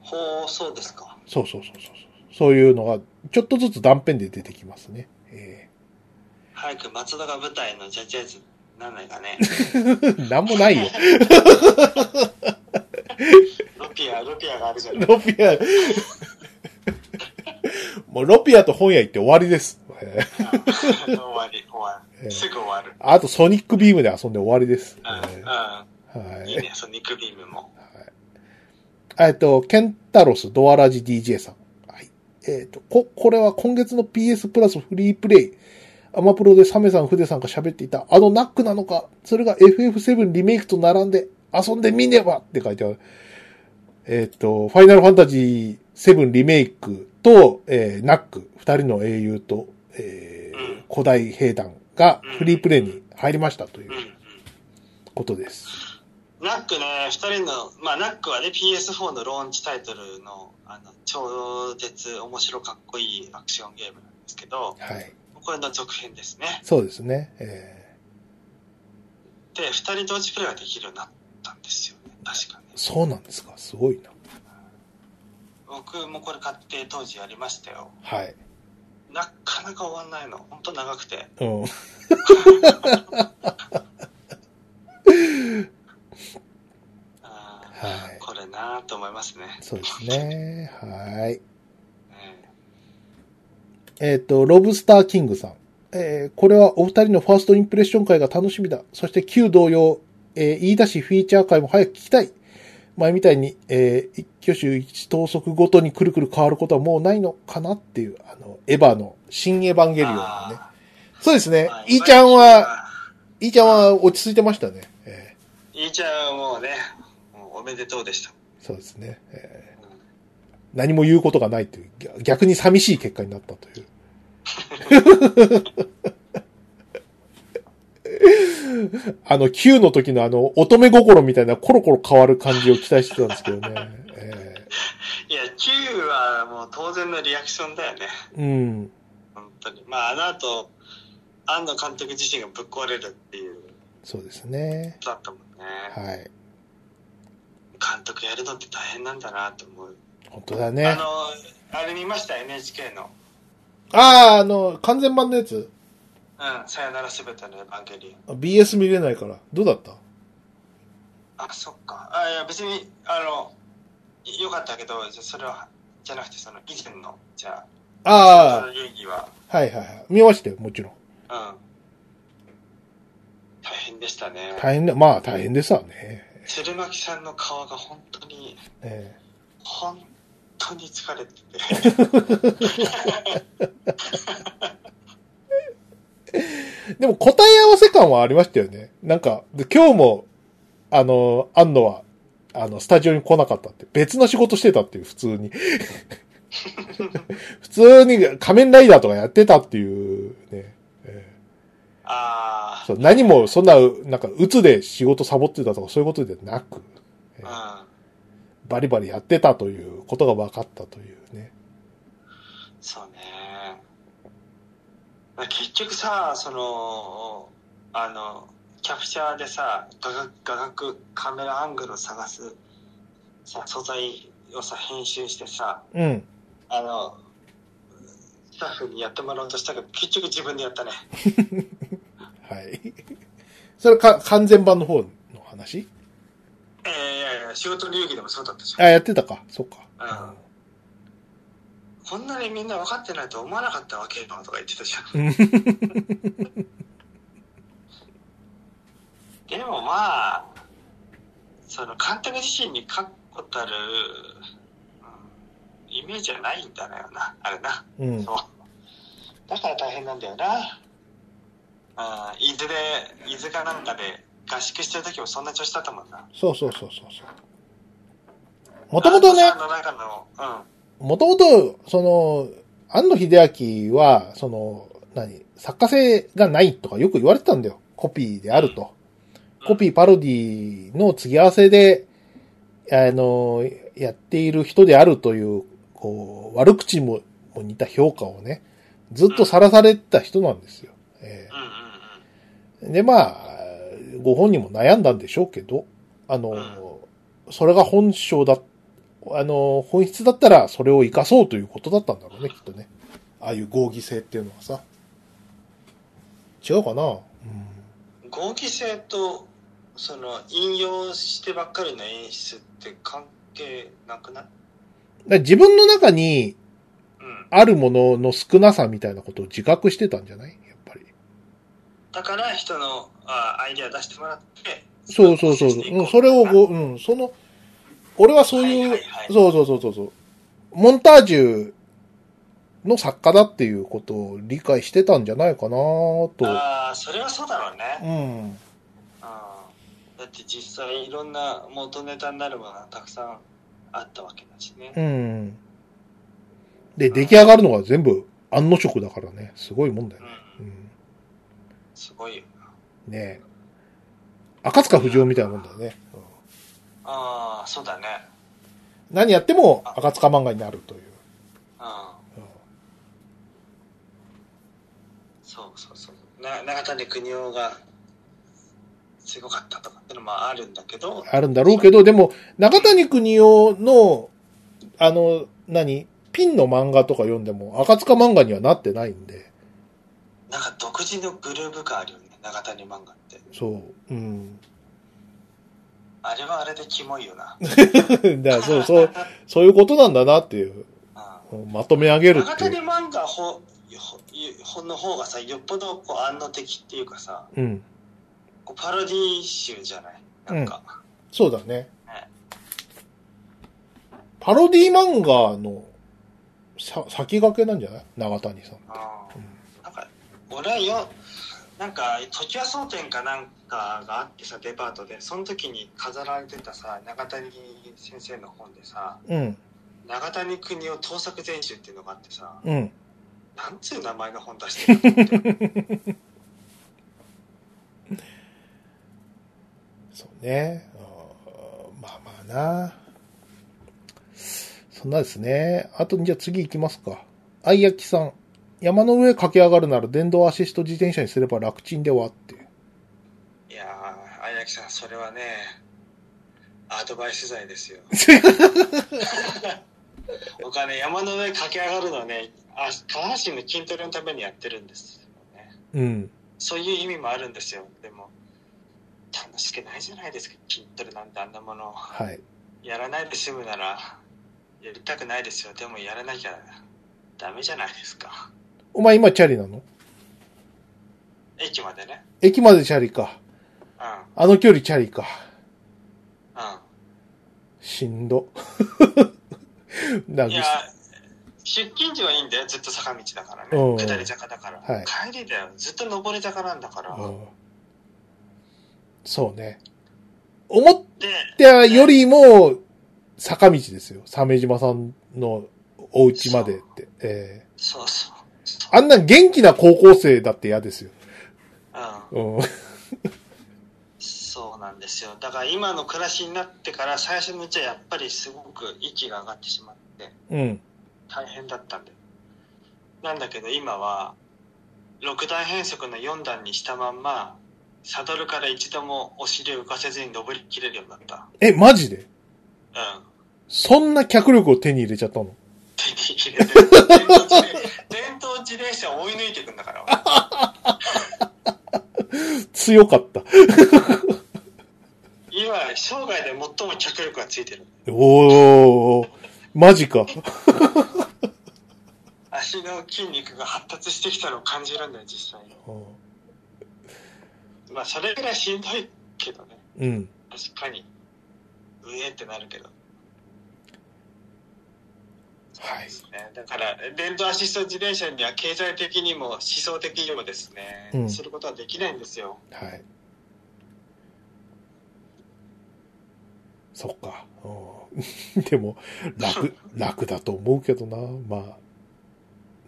ほう、そうですか。そうそうそうそうそう。そういうのが、ちょっとずつ断片で出てきますね。ええ早く松田が舞台のジャッジアイズなんないかね。 なんもないよ。 ロピア、ロピアがあるじゃない。ロピア。 もうロピアと本屋行って終わりです。えー 終 わり、終わええる。すぐ終わる。あとソニックビームで遊んで終わりです。えうーん。はうん。いいい。ね、ソニックビームも。えっと、ケンタロスドアラジ DJ さん。はい。えっ、と、こ、これは今月の PS プラスフリープレイ。アマプロでサメさん、フデさんが喋っていた、あのナックなのか、それが FF7 リメイクと並んで遊んでみねばって書いてある。えっ、と、ファイナルファンタジー7リメイクと、えーナック、二人の英雄と、えーうん古代兵団がフリープレイに入りましたというんう。うんことです。ナックね、二人の、まあナックはね、PS4 のローンチタイトルの、あの、超絶面白かっこいいアクションゲームなんですけど、はい。これの続編ですね。そうですね。えで、二人同時プレイができるようになったんですよね、確かねー。そうなんですか。すごいな。僕もこれ買って当時やりましたよ。はい。なかなか終わんないの。ほんと長くて。うん。あーはいこれなぁと思いますね。そうですね。はい。うんえっ、と、ロブスターキングさん。えーこれはお二人のファーストインプレッション会が楽しみだ。そして旧同様、えー言い出しフィーチャー会も早く聞きたい。前みたいに、えー一挙手一投足ごとにくるくる変わることはもうないのかなっていう、あの、エヴァの、新エヴァンゲリオンのね。あそうですーねまあ。イーちゃんは、、イーちゃんは落ち着いてましたね。えいいちゃんはもうね、もうおめでとうでした。ーそうですね、えうーん何も言うことがないという、逆逆に寂しい結果になったという。 あの、Q の時のあの、乙女心みたいなコロコロ変わる感じを期待してたんですけどね。えいや、Q はもう当然のリアクションだよね。ーうん。本当に。まあ、あの後、安野監督自身がぶっ壊れるっていうこそうですね。とだったもんね。はい。監督やるのって大変なんだなと思う。本当だあね。の、あれ見ました ?NHK の。ああ、あの、完全版のやつ。うん、さよならすべてのエヴァンゲリオン。あ BS 見れないから。どうだったあ、そっか。あ、いや、別に、あの、いよかったけど、じゃそれは、じゃなくて、その、以前の、じゃあ、そあの流儀は。あ、はいはいはい。見ましたよ、もちろん。うん。大変でしたね。大変だ、まあ大変ですわね。鶴巻さんの顔が本当に、え本当に疲れてて。 えでも答え合わせ感はありましたよね。なんか、で今日も、あの、あんのは、あの、スタジオに来なかったって、別の仕事してたっていう、普通に。 普通に仮面ライダーとかやってたっていうね。えあえそう何もそんな、なんか、鬱で仕事サボってたとかそういうことでなく、ええあ、バリバリやってたということが分かったというね。うん、そうね。結局さ、その、あの、キャプチャーでさ、画角、画角、カメラアングルを探す、さ、素材をさ、編集してさ、うん。あの、スタッフにやってもらおうとしたけど、結局自分でやったね。はい。 それか、完全版の方の話えーいやいや、仕事流儀でもそうだったじゃあ、やってたか。そうか。ん。こんなにみんな分かってないと思わなかったわけよとか言ってたじゃん。うん。 でもまあ、その監督自身に確固たる、うんイメージはないんだよな、あれな。うん。そう。だから大変なんだよな。あー伊豆で、伊豆かなんかで合宿してる時もそんな調子だったもんな。そうそうそうそうそう。もともとねあ、の中の、うん。もともと、その、安野秀明は、その、何、作家性がないとかよく言われてたんだよ。コピーであると。コピーパロディの継ぎ合わせで、あの、やっている人であるという、こう、悪口もも似た評価をね、ずっとさらされてた人なんですよ。えうんうんえで、まあ、ご本人も悩んだんでしょうけど、あの、それが本性だ、あの、本質だったらそれを活かそうということだったんだろうね、きっとね。ああいう合議性っていうのはさ。違うかなううん。ん。合議性と、その、引用してばっかりの演出って関係なくないだから自分の中に、うん。あるものの少なさみたいなことを自覚してたんじゃないやっぱり。だから人のあアイデア出してもらって、そうそうそう。うん、それをここう、うん、その、俺はそういはう、いはいはいそうそうそうそうそう。モンタージュの作家だっていうことを理解してたんじゃないかなと。ああ、それはそうだろううね。うん。ん。だって実際いろんな元ネタになるものがたくさんあったわけだしね。うん。で、出来上がるのが全部安野色だからね。すごいもんだようね。ん。うん。すごいよな。ねえ。赤塚不二夫みたいなもんだよね。うんああ、そうだね。何やっても赤塚漫画になるという。うん。うんそうそうそう。な長谷邦夫がすごかったとかってのもあるんだけど、あるんだろうけど、でも、中谷邦夫の、あの、何ピンの漫画とか読んでも、赤塚漫画にはなってないんで、なんか独自のグルーヴ感あるよね、長谷漫画って。そう、うん。 あれはあれでキモいよな。うんだからそう、そう、そういうことなんだなっていう、まとめ上げる長ってい谷う。漫画ほほほの方がさ、よっぽどこう安能的っていうかさ、うん。こうパロディ集じゃないなんか、そうだね。パロディ漫画のさ先駆けなんじゃない長谷さん。あうんーなんか、俺はよ、なんか、時は争点かなんかがあってさ、デパートで、その時に飾られてたさ、長谷先生の本でさ、うん、長谷邦夫盗作全集っていうのがあってさうん。なんつう名前の本出してるのと思ってそうね。うんまあまあな。そんなですね。あと、じゃあ次行きますか。あいやきさん。山の上駆け上がるなら電動アシスト自転車にすれば楽ちんではっていう。いやー綾木さんそれはねアドバイス罪ですよお金山の上駆け上がるのはねあ下半身の筋トレのためにやってるんですよねうん。そういう意味もあるんですよでも楽しくないじゃないですか筋トレなんてあんなものはい。やらないで済むならやりたくないですよでもやらなきゃダメじゃないですか。お前今チャリなの駅までね。駅までチャリか。うん。うん。あの距離チャリか。しんど。 なんいかや、出勤時はいいんだよ。ずっと坂道だからね。うん下り坂だから。はい帰りだよ。ずっと上り坂なんだから。うんそうね。思っで、たよりも、坂道ですよ。鮫島さんのお家までって。えそうそう。そえあんな元気な高校生だって嫌ですよ。ううん。うん。そうなんですよ。だから今の暮らしになってから最初のうちはやっぱりすごく息が上がってしまってうん。大変だったんだよ。なんだけど今は6段変速の4段にしたまんまサドルから一度もお尻を浮かせずに登りきれるようになった。え、マジでうん。そんな脚力を手に入れちゃったの手に入れてる。電動自転電動自転車を追い抜いていくんだから。強かった。今、生涯で最も脚力がついてる。おー、マジか。足の筋肉が発達してきたのを感じるんだよ、実際に。まあ、それぐらいしんどいけどね。うん。確かに。うえってなるけど。はいで。すね。だから、電動アシスト自転車には経済的にも思想的にもですね、うんすることはできないんですよ。はい。そっか。うん でも、楽、楽だと思うけどな。まあ、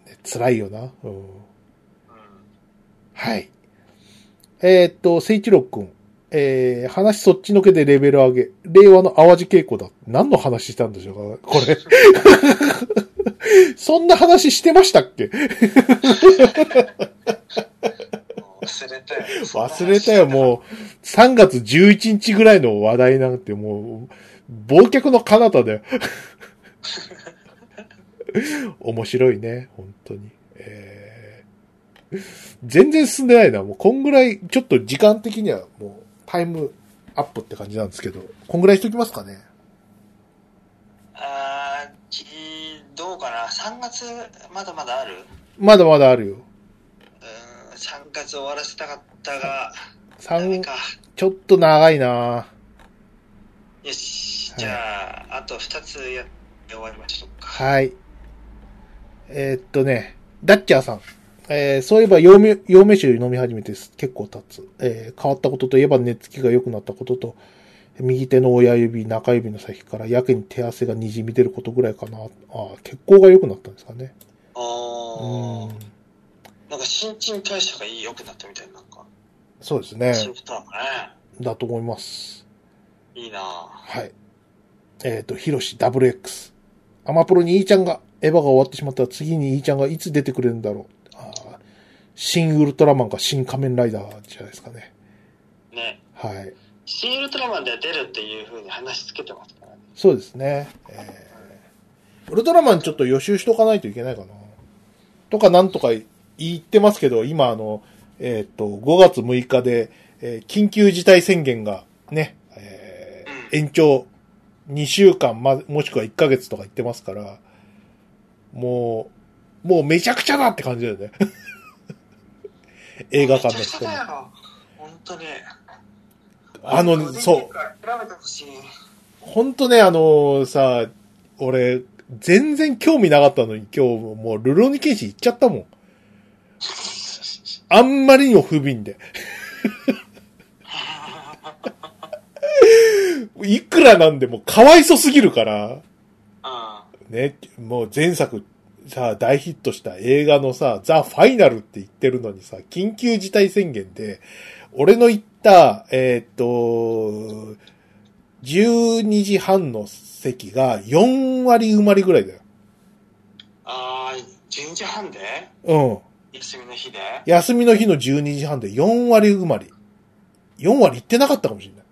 ね辛いよな。うんうん。はい。えーっと、聖一郎くん。えー、話そっちのけでレベル上げ。令和の淡路稽古だ。何の話したんでしょうかこれ。 そんな話してましたっけもう忘れたよ。忘れたよ、もう。3月11日ぐらいの話題なんて、もう、忘却の彼方だよ。 面白いね、本当に。えー全然進んでないな。もう、こんぐらい、ちょっと時間的には、もう、タイムアップって感じなんですけど、こんぐらいしときますかね。あーきどうかな。3月、まだまだあるまだまだあるよ。うーん、3月終わらせたかったが、ダメ3か。ちょっと長いなよしは。いじゃあ、あと2つやって終わりましょうか。はい。えーっとね、ダッチャーさん。えーそういえば、陽明陽明酒飲み始めてす結構経つ。えー変わったことといえば、寝つきが良くなったことと、右手の親指、中指の先からやけに手汗が滲み出ることぐらいかな。ああ、血行が良くなったんですかね。おーうん。なんか新陳代謝がいい良くなったみたいな、なんか。そうですね。そういうことなのね。だと思います。いいなぁ。はい。えっ、と、ヒロシ WX。アマプロに E ちゃんが、エヴァが終わってしまったら次に E ちゃんがいつ出てくれるんだろう。あー新ウルトラマンか新仮面ライダーじゃないですかね。ね。はい。シーウルトラマンでは出るっていうふうに話しつけてますからね。そうですね。えーウルトラマンちょっと予習しとかないといけないかな。とかなんとか言ってますけど、今あの、えっ、と、5月6日で、えー緊急事態宣言がね、えーうん延長2週間、ま、もしくは1ヶ月とか言ってますから、もう、もうめちゃくちゃだって感じだよね。 映画館のめちゃく人ちもゃ。だよ。本当に。あの、そう。調べてほしい。ほんとね、あのさ、俺、全然興味なかったのに今日もうルローニケンシン行っちゃったもん。あんまりにも不憫で。いくらなんでもかわいそすぎるから、うね、もう前作さ、大ヒットした映画のさ、ザ・ファイナルって言ってるのにさ、緊急事態宣言で、俺の言った、えーっと、12時半の席が4割埋まりぐらいだよ。ん。あー、12時半でうん。休みの日で休みの日の12時半で4割埋まり。4割行ってなかったかもしれない。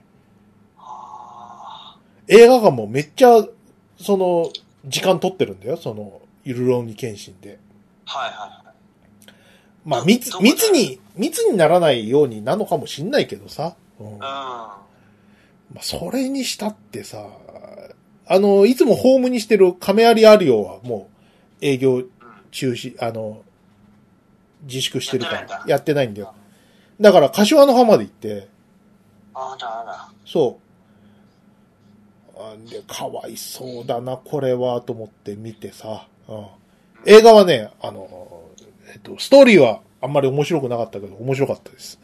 あ映画館もめっちゃ、その、時間取ってるんだよ。その、ゆるろうに剣心で。ーはいはいはい。まあ、あ密ど、うだ密に、密にならないようになのかもしんないけどさ。うん。うん。まあ、あそれにしたってさ、あの、いつもホームにしてる亀有アリオはもう営業中止、あの、自粛してるかやってないらん、だやってないんだよ。だから、柏の浜で行って、あらあら。そう。あで、かわいそうだな、これは、と思って見てさ。うん、映画はね、あの、えっと、ストーリーはあんまり面白くなかったけど、面白かったです。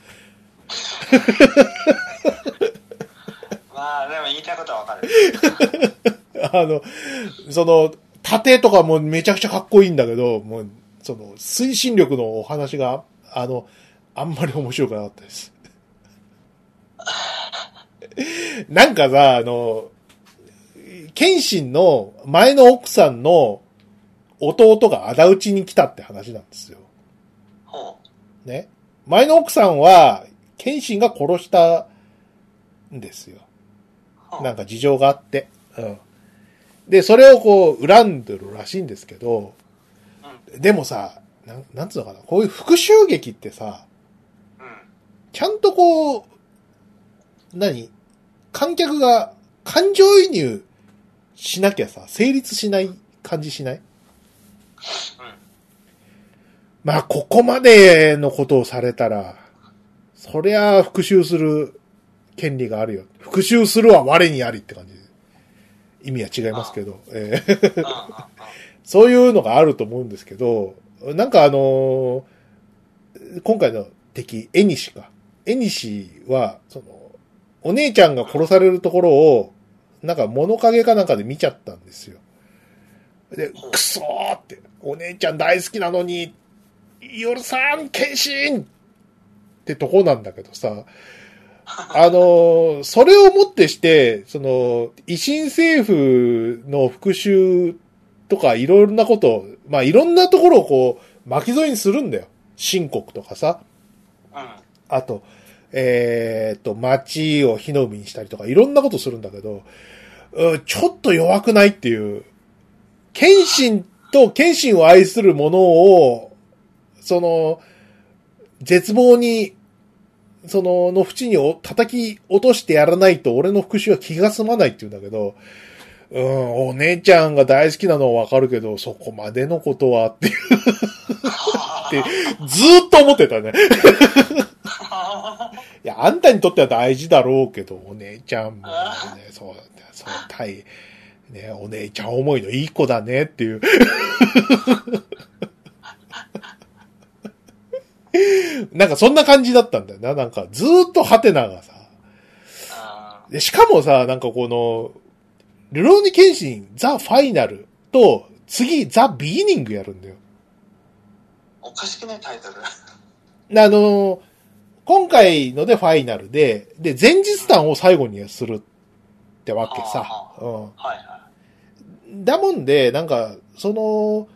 まあ、でも言いたいことはわかる。 あの、その、盾とかもめちゃくちゃかっこいいんだけど、もう、その、推進力のお話が、あの、あんまり面白くなかったです。 なんかさ、あの、謙信の前の奥さんの弟が仇討ちに来たって話なんですよ。ほう。ね。前の奥さんは、謙信が殺したんですよ。ほう。なんか事情があって。うん。で、それをこう、恨んでるらしいんですけど、でもさ、なん、なんつうのかな、こういう復讐劇ってさ、うん。ちゃんとこう、何観客が感情移入しなきゃさ、成立しない感じしないまあ、ここまでのことをされたら、そりゃ復讐する権利があるよ。復讐するは我にありって感じ。意味は違いますけど。ええうん。うん。そういうのがあると思うんですけど、なんかあのー今回の敵、エニシか。エニシは、その、お姉ちゃんが殺されるところを、なんか物陰かなんかで見ちゃったんですよ。で、くそーって、お姉ちゃん大好きなのに、許さん、謙信ってとこなんだけどさ、あのーそれをもってして、その、維新政府の復讐とかいろいろなことを、まあいろんなところをこう、巻き添えにするんだよ。新国とかさ、うん。うん。あと、えーっと、町を火の海にしたりとか、いろんなことするんだけど、うんちょっと弱くないっていう、謙信と謙信を愛する者を、その、絶望に、その、の淵にお叩き落としてやらないと俺の復讐は気が済まないって言うんだけど、うん、お姉ちゃんが大好きなのはわかるけど、そこまでのことはって、はずーっと思ってたね。 あいや、あんたにとっては大事だろうけど、お姉ちゃんもねあ、そうだね、そう、たい、ね、お姉ちゃん思いのいい子だねっていう。なんかそんな感じだったんだよな。なんかずーっとハテナがさ。あで、しかもさ、なんかこの、ルローニケンシン、ザ・ファイナルと、次、ザ・ビーニングやるんだよ。おかしくないタイトル。であのー今回のでファイナルで、で、前日談を最後にするってわけさ。うはいはん。だもんで、なんか、その、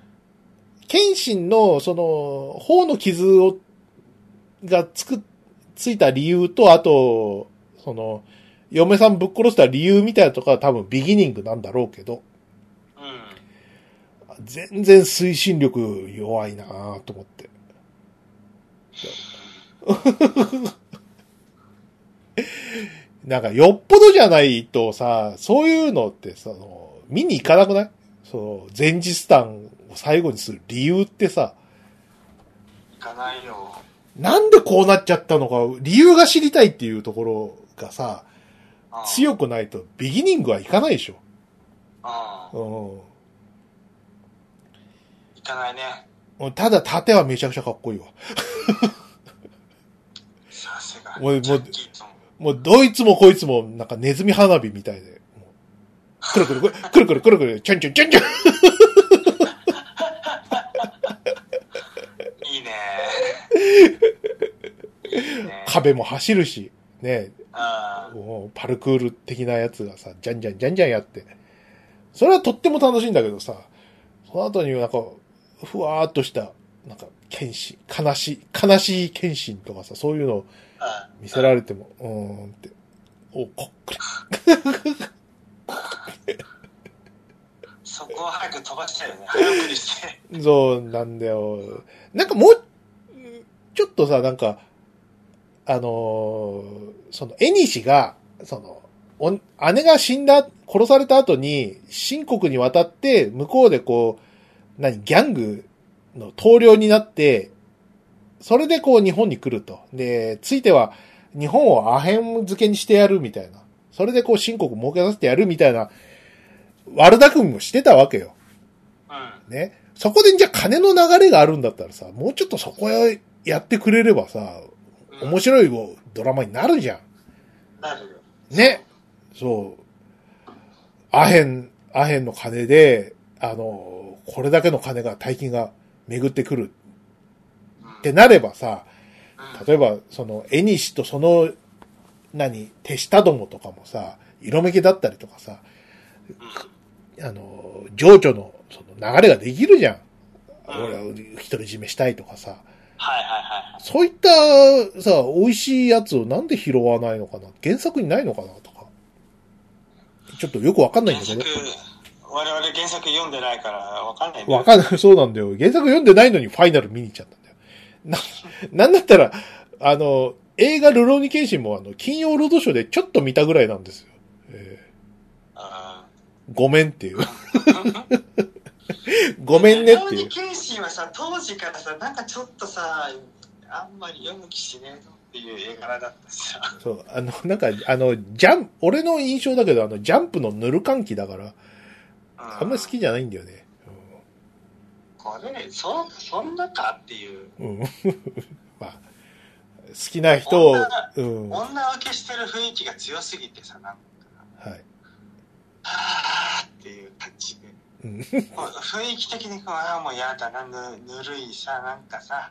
謙信の、その、頬の傷を、がつく、ついた理由と、あと、その、嫁さんぶっ殺した理由みたいなとかは多分ビギニングなんだろうけど、い。うん。全然推進力弱いなぁと思って。 なんか、よっぽどじゃないとさ、そういうのって、その、見に行かなくないその、前日談を最後にする理由ってさ、行かないよ。なんでこうなっちゃったのか、理由が知りたいっていうところがさ、うん強くないと、ビギニングはいかないでしょ。うん。行うかないね。ん。ただ、盾はめちゃくちゃかっこいいわ。さすが。もうもうジャッキーとももうどいつもこいつもなんかネズミ花火みたいで。もうくるくるくるくるくるくるくる、ちょんちょんちょんちょん。い いね。いいね。壁も走るし、ね、うん。もうパルクール的なやつがさ、じゃんじゃんじゃんじゃんやって。それはとっても楽しいんだけどさ、その後になんか、ふわーっとした、なんか、剣士、悲しい、悲しい剣心とかさ、そういうのを見せられても、うーんって、お、こっくり。そこを早く飛ばしたいよね。早送りして。そうなんだよ。なんかもう、ちょっとさ、なんか、あのーその、エニシが、その、お姉が死んだ、殺された後に、新国に渡って、向こうでこう、何、ギャングの棟梁になって、それでこう日本に来ると。で、ついては日本をアヘン漬けにしてやるみたいな。それでこう新国儲けさせてやるみたいな、悪巧みもしてたわけよ。うん。ね。そこでじゃあ金の流れがあるんだったらさ、もうちょっとそこへやってくれればさ、うん面白いドラマになるじゃん。なるよ。ね。そう。アヘン、アヘンの金で、あの、これだけの金が、大金が巡ってくるうん。ってなればさ、うん、例えば、その、絵西とその、何、手下どもとかもさ、色めきだったりとかさ、あの、情緒の、その流れができるじゃん。うん俺は独り占めしたいとかさ。はいはいはいはい。そういった、さ、美味しいやつをなんで拾わないのかな原作にないのかなとか。ちょっとよくわかんないん原だけ作ど。、我々原作読んでないからわかんないんだよわかんない。 そうなんだよ。原作読んでないのにファイナル見に行っちゃったんだよ。な、なんだったら、あの、映画ルローニケンシンもあの、金曜ロードショーでちょっと見たぐらいなんですよ。えあーごめんっていう。 ーごめんねってルローいニ。うケンシンはさ、当時からさ、なんかちょっとさ、あんまり読む気しねえぞっていう絵柄だったしさ。そう。あの、なんか、あの、ジャン、俺の印象だけど、あの、ジャンプのぬる換気だから、ああんまり好きじゃないんだよね。これ、そ、そんなかっていう。うん。うん まあ、好きな人を、うん。は女分けしてる雰囲気が強すぎてさ、なんか、い。はぁーっていう感じで。うんこう雰囲気的にこう、ああ、もうやだな、ぬぬるいさ、なんかさ、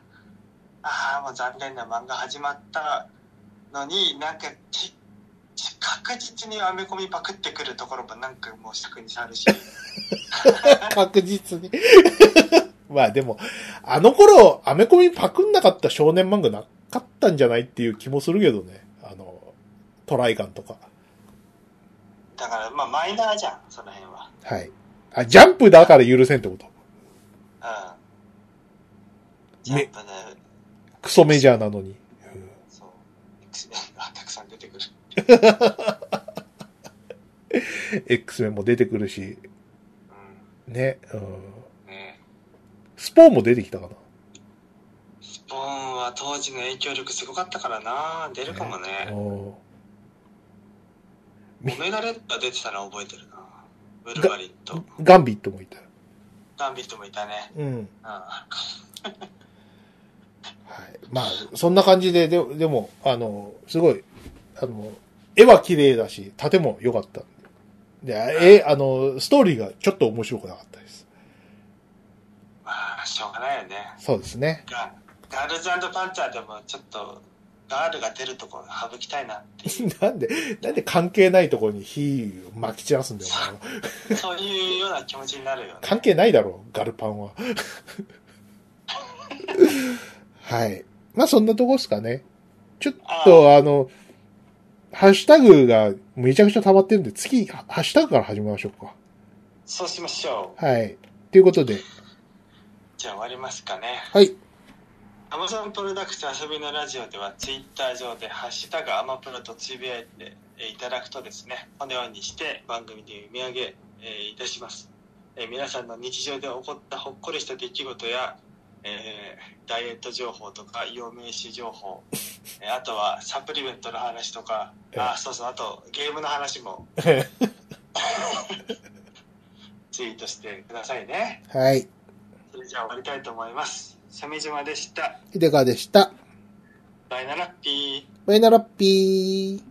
ああ、もう残念な漫画始まったのに、なんかち、ち確実にアメコミパクってくるところもなんかもう尺に触 るし、確実に。 まあでも、あの頃、アメコミパクんなかった少年漫画なかったんじゃないっていう気もするけどね。あの、トライガンとか。だからまあマイナーじゃん、その辺は。はい。あ、ジャンプだから許せんってこうと。ん。ジャンプね、クソメジャーなのに。うんそう、X がたくさん出てくる。 X メンも出てくるし、うね。うん。ん。ねスポーンも出てきたかな。スポーンは当時の影響力すごかったからな、出るかもね。うんオメガレッドが出てたの覚えてるな。ブルバリンと。ガンビットもいた。ガンビットもいたね。うん。うん。はい。まあ、そんな感じで、ででも、あの、すごい、あの、絵は綺麗だし、縦も良かった。で、え、あの、ストーリーがちょっと面白くなかったです。まあ、しょうがないよね。そうですね。 ガガールズパンツァーでもちょっと、ガールが出るとこ省きたいなっていなんで、なんで関係ないところに火を巻き散らすんだよ。お前はう、そういうような気持ちになるよね。関係ないだろう、ガルパンは。 はい。まあ、そんなとこですかね。ちょっと、あの、ハッシュタグがめちゃくちゃ溜まってるんで、次、ハッシュタグから始めましょうか。そうしましょう。はい。ということで、じゃあ終わりますかね。はい。アマゾンプロダクツ遊びのラジオでは、ツイッター上で、ハッシュタグアマプロとつぶやいてえーいただくとですね、このようにして番組で読み上げ、えーいたします。えー皆さんの日常で起こったほっこりした出来事や、えーダイエット情報とか、陽明酒情報、えーあとはサプリメントの話とか、あ、そうそう、あとゲームの話も、ツイートしてくださいね。はい。それじゃあ終わりたいと思います。鮫島でした。ひでかでした。バイナラッピー。バイナラッピー。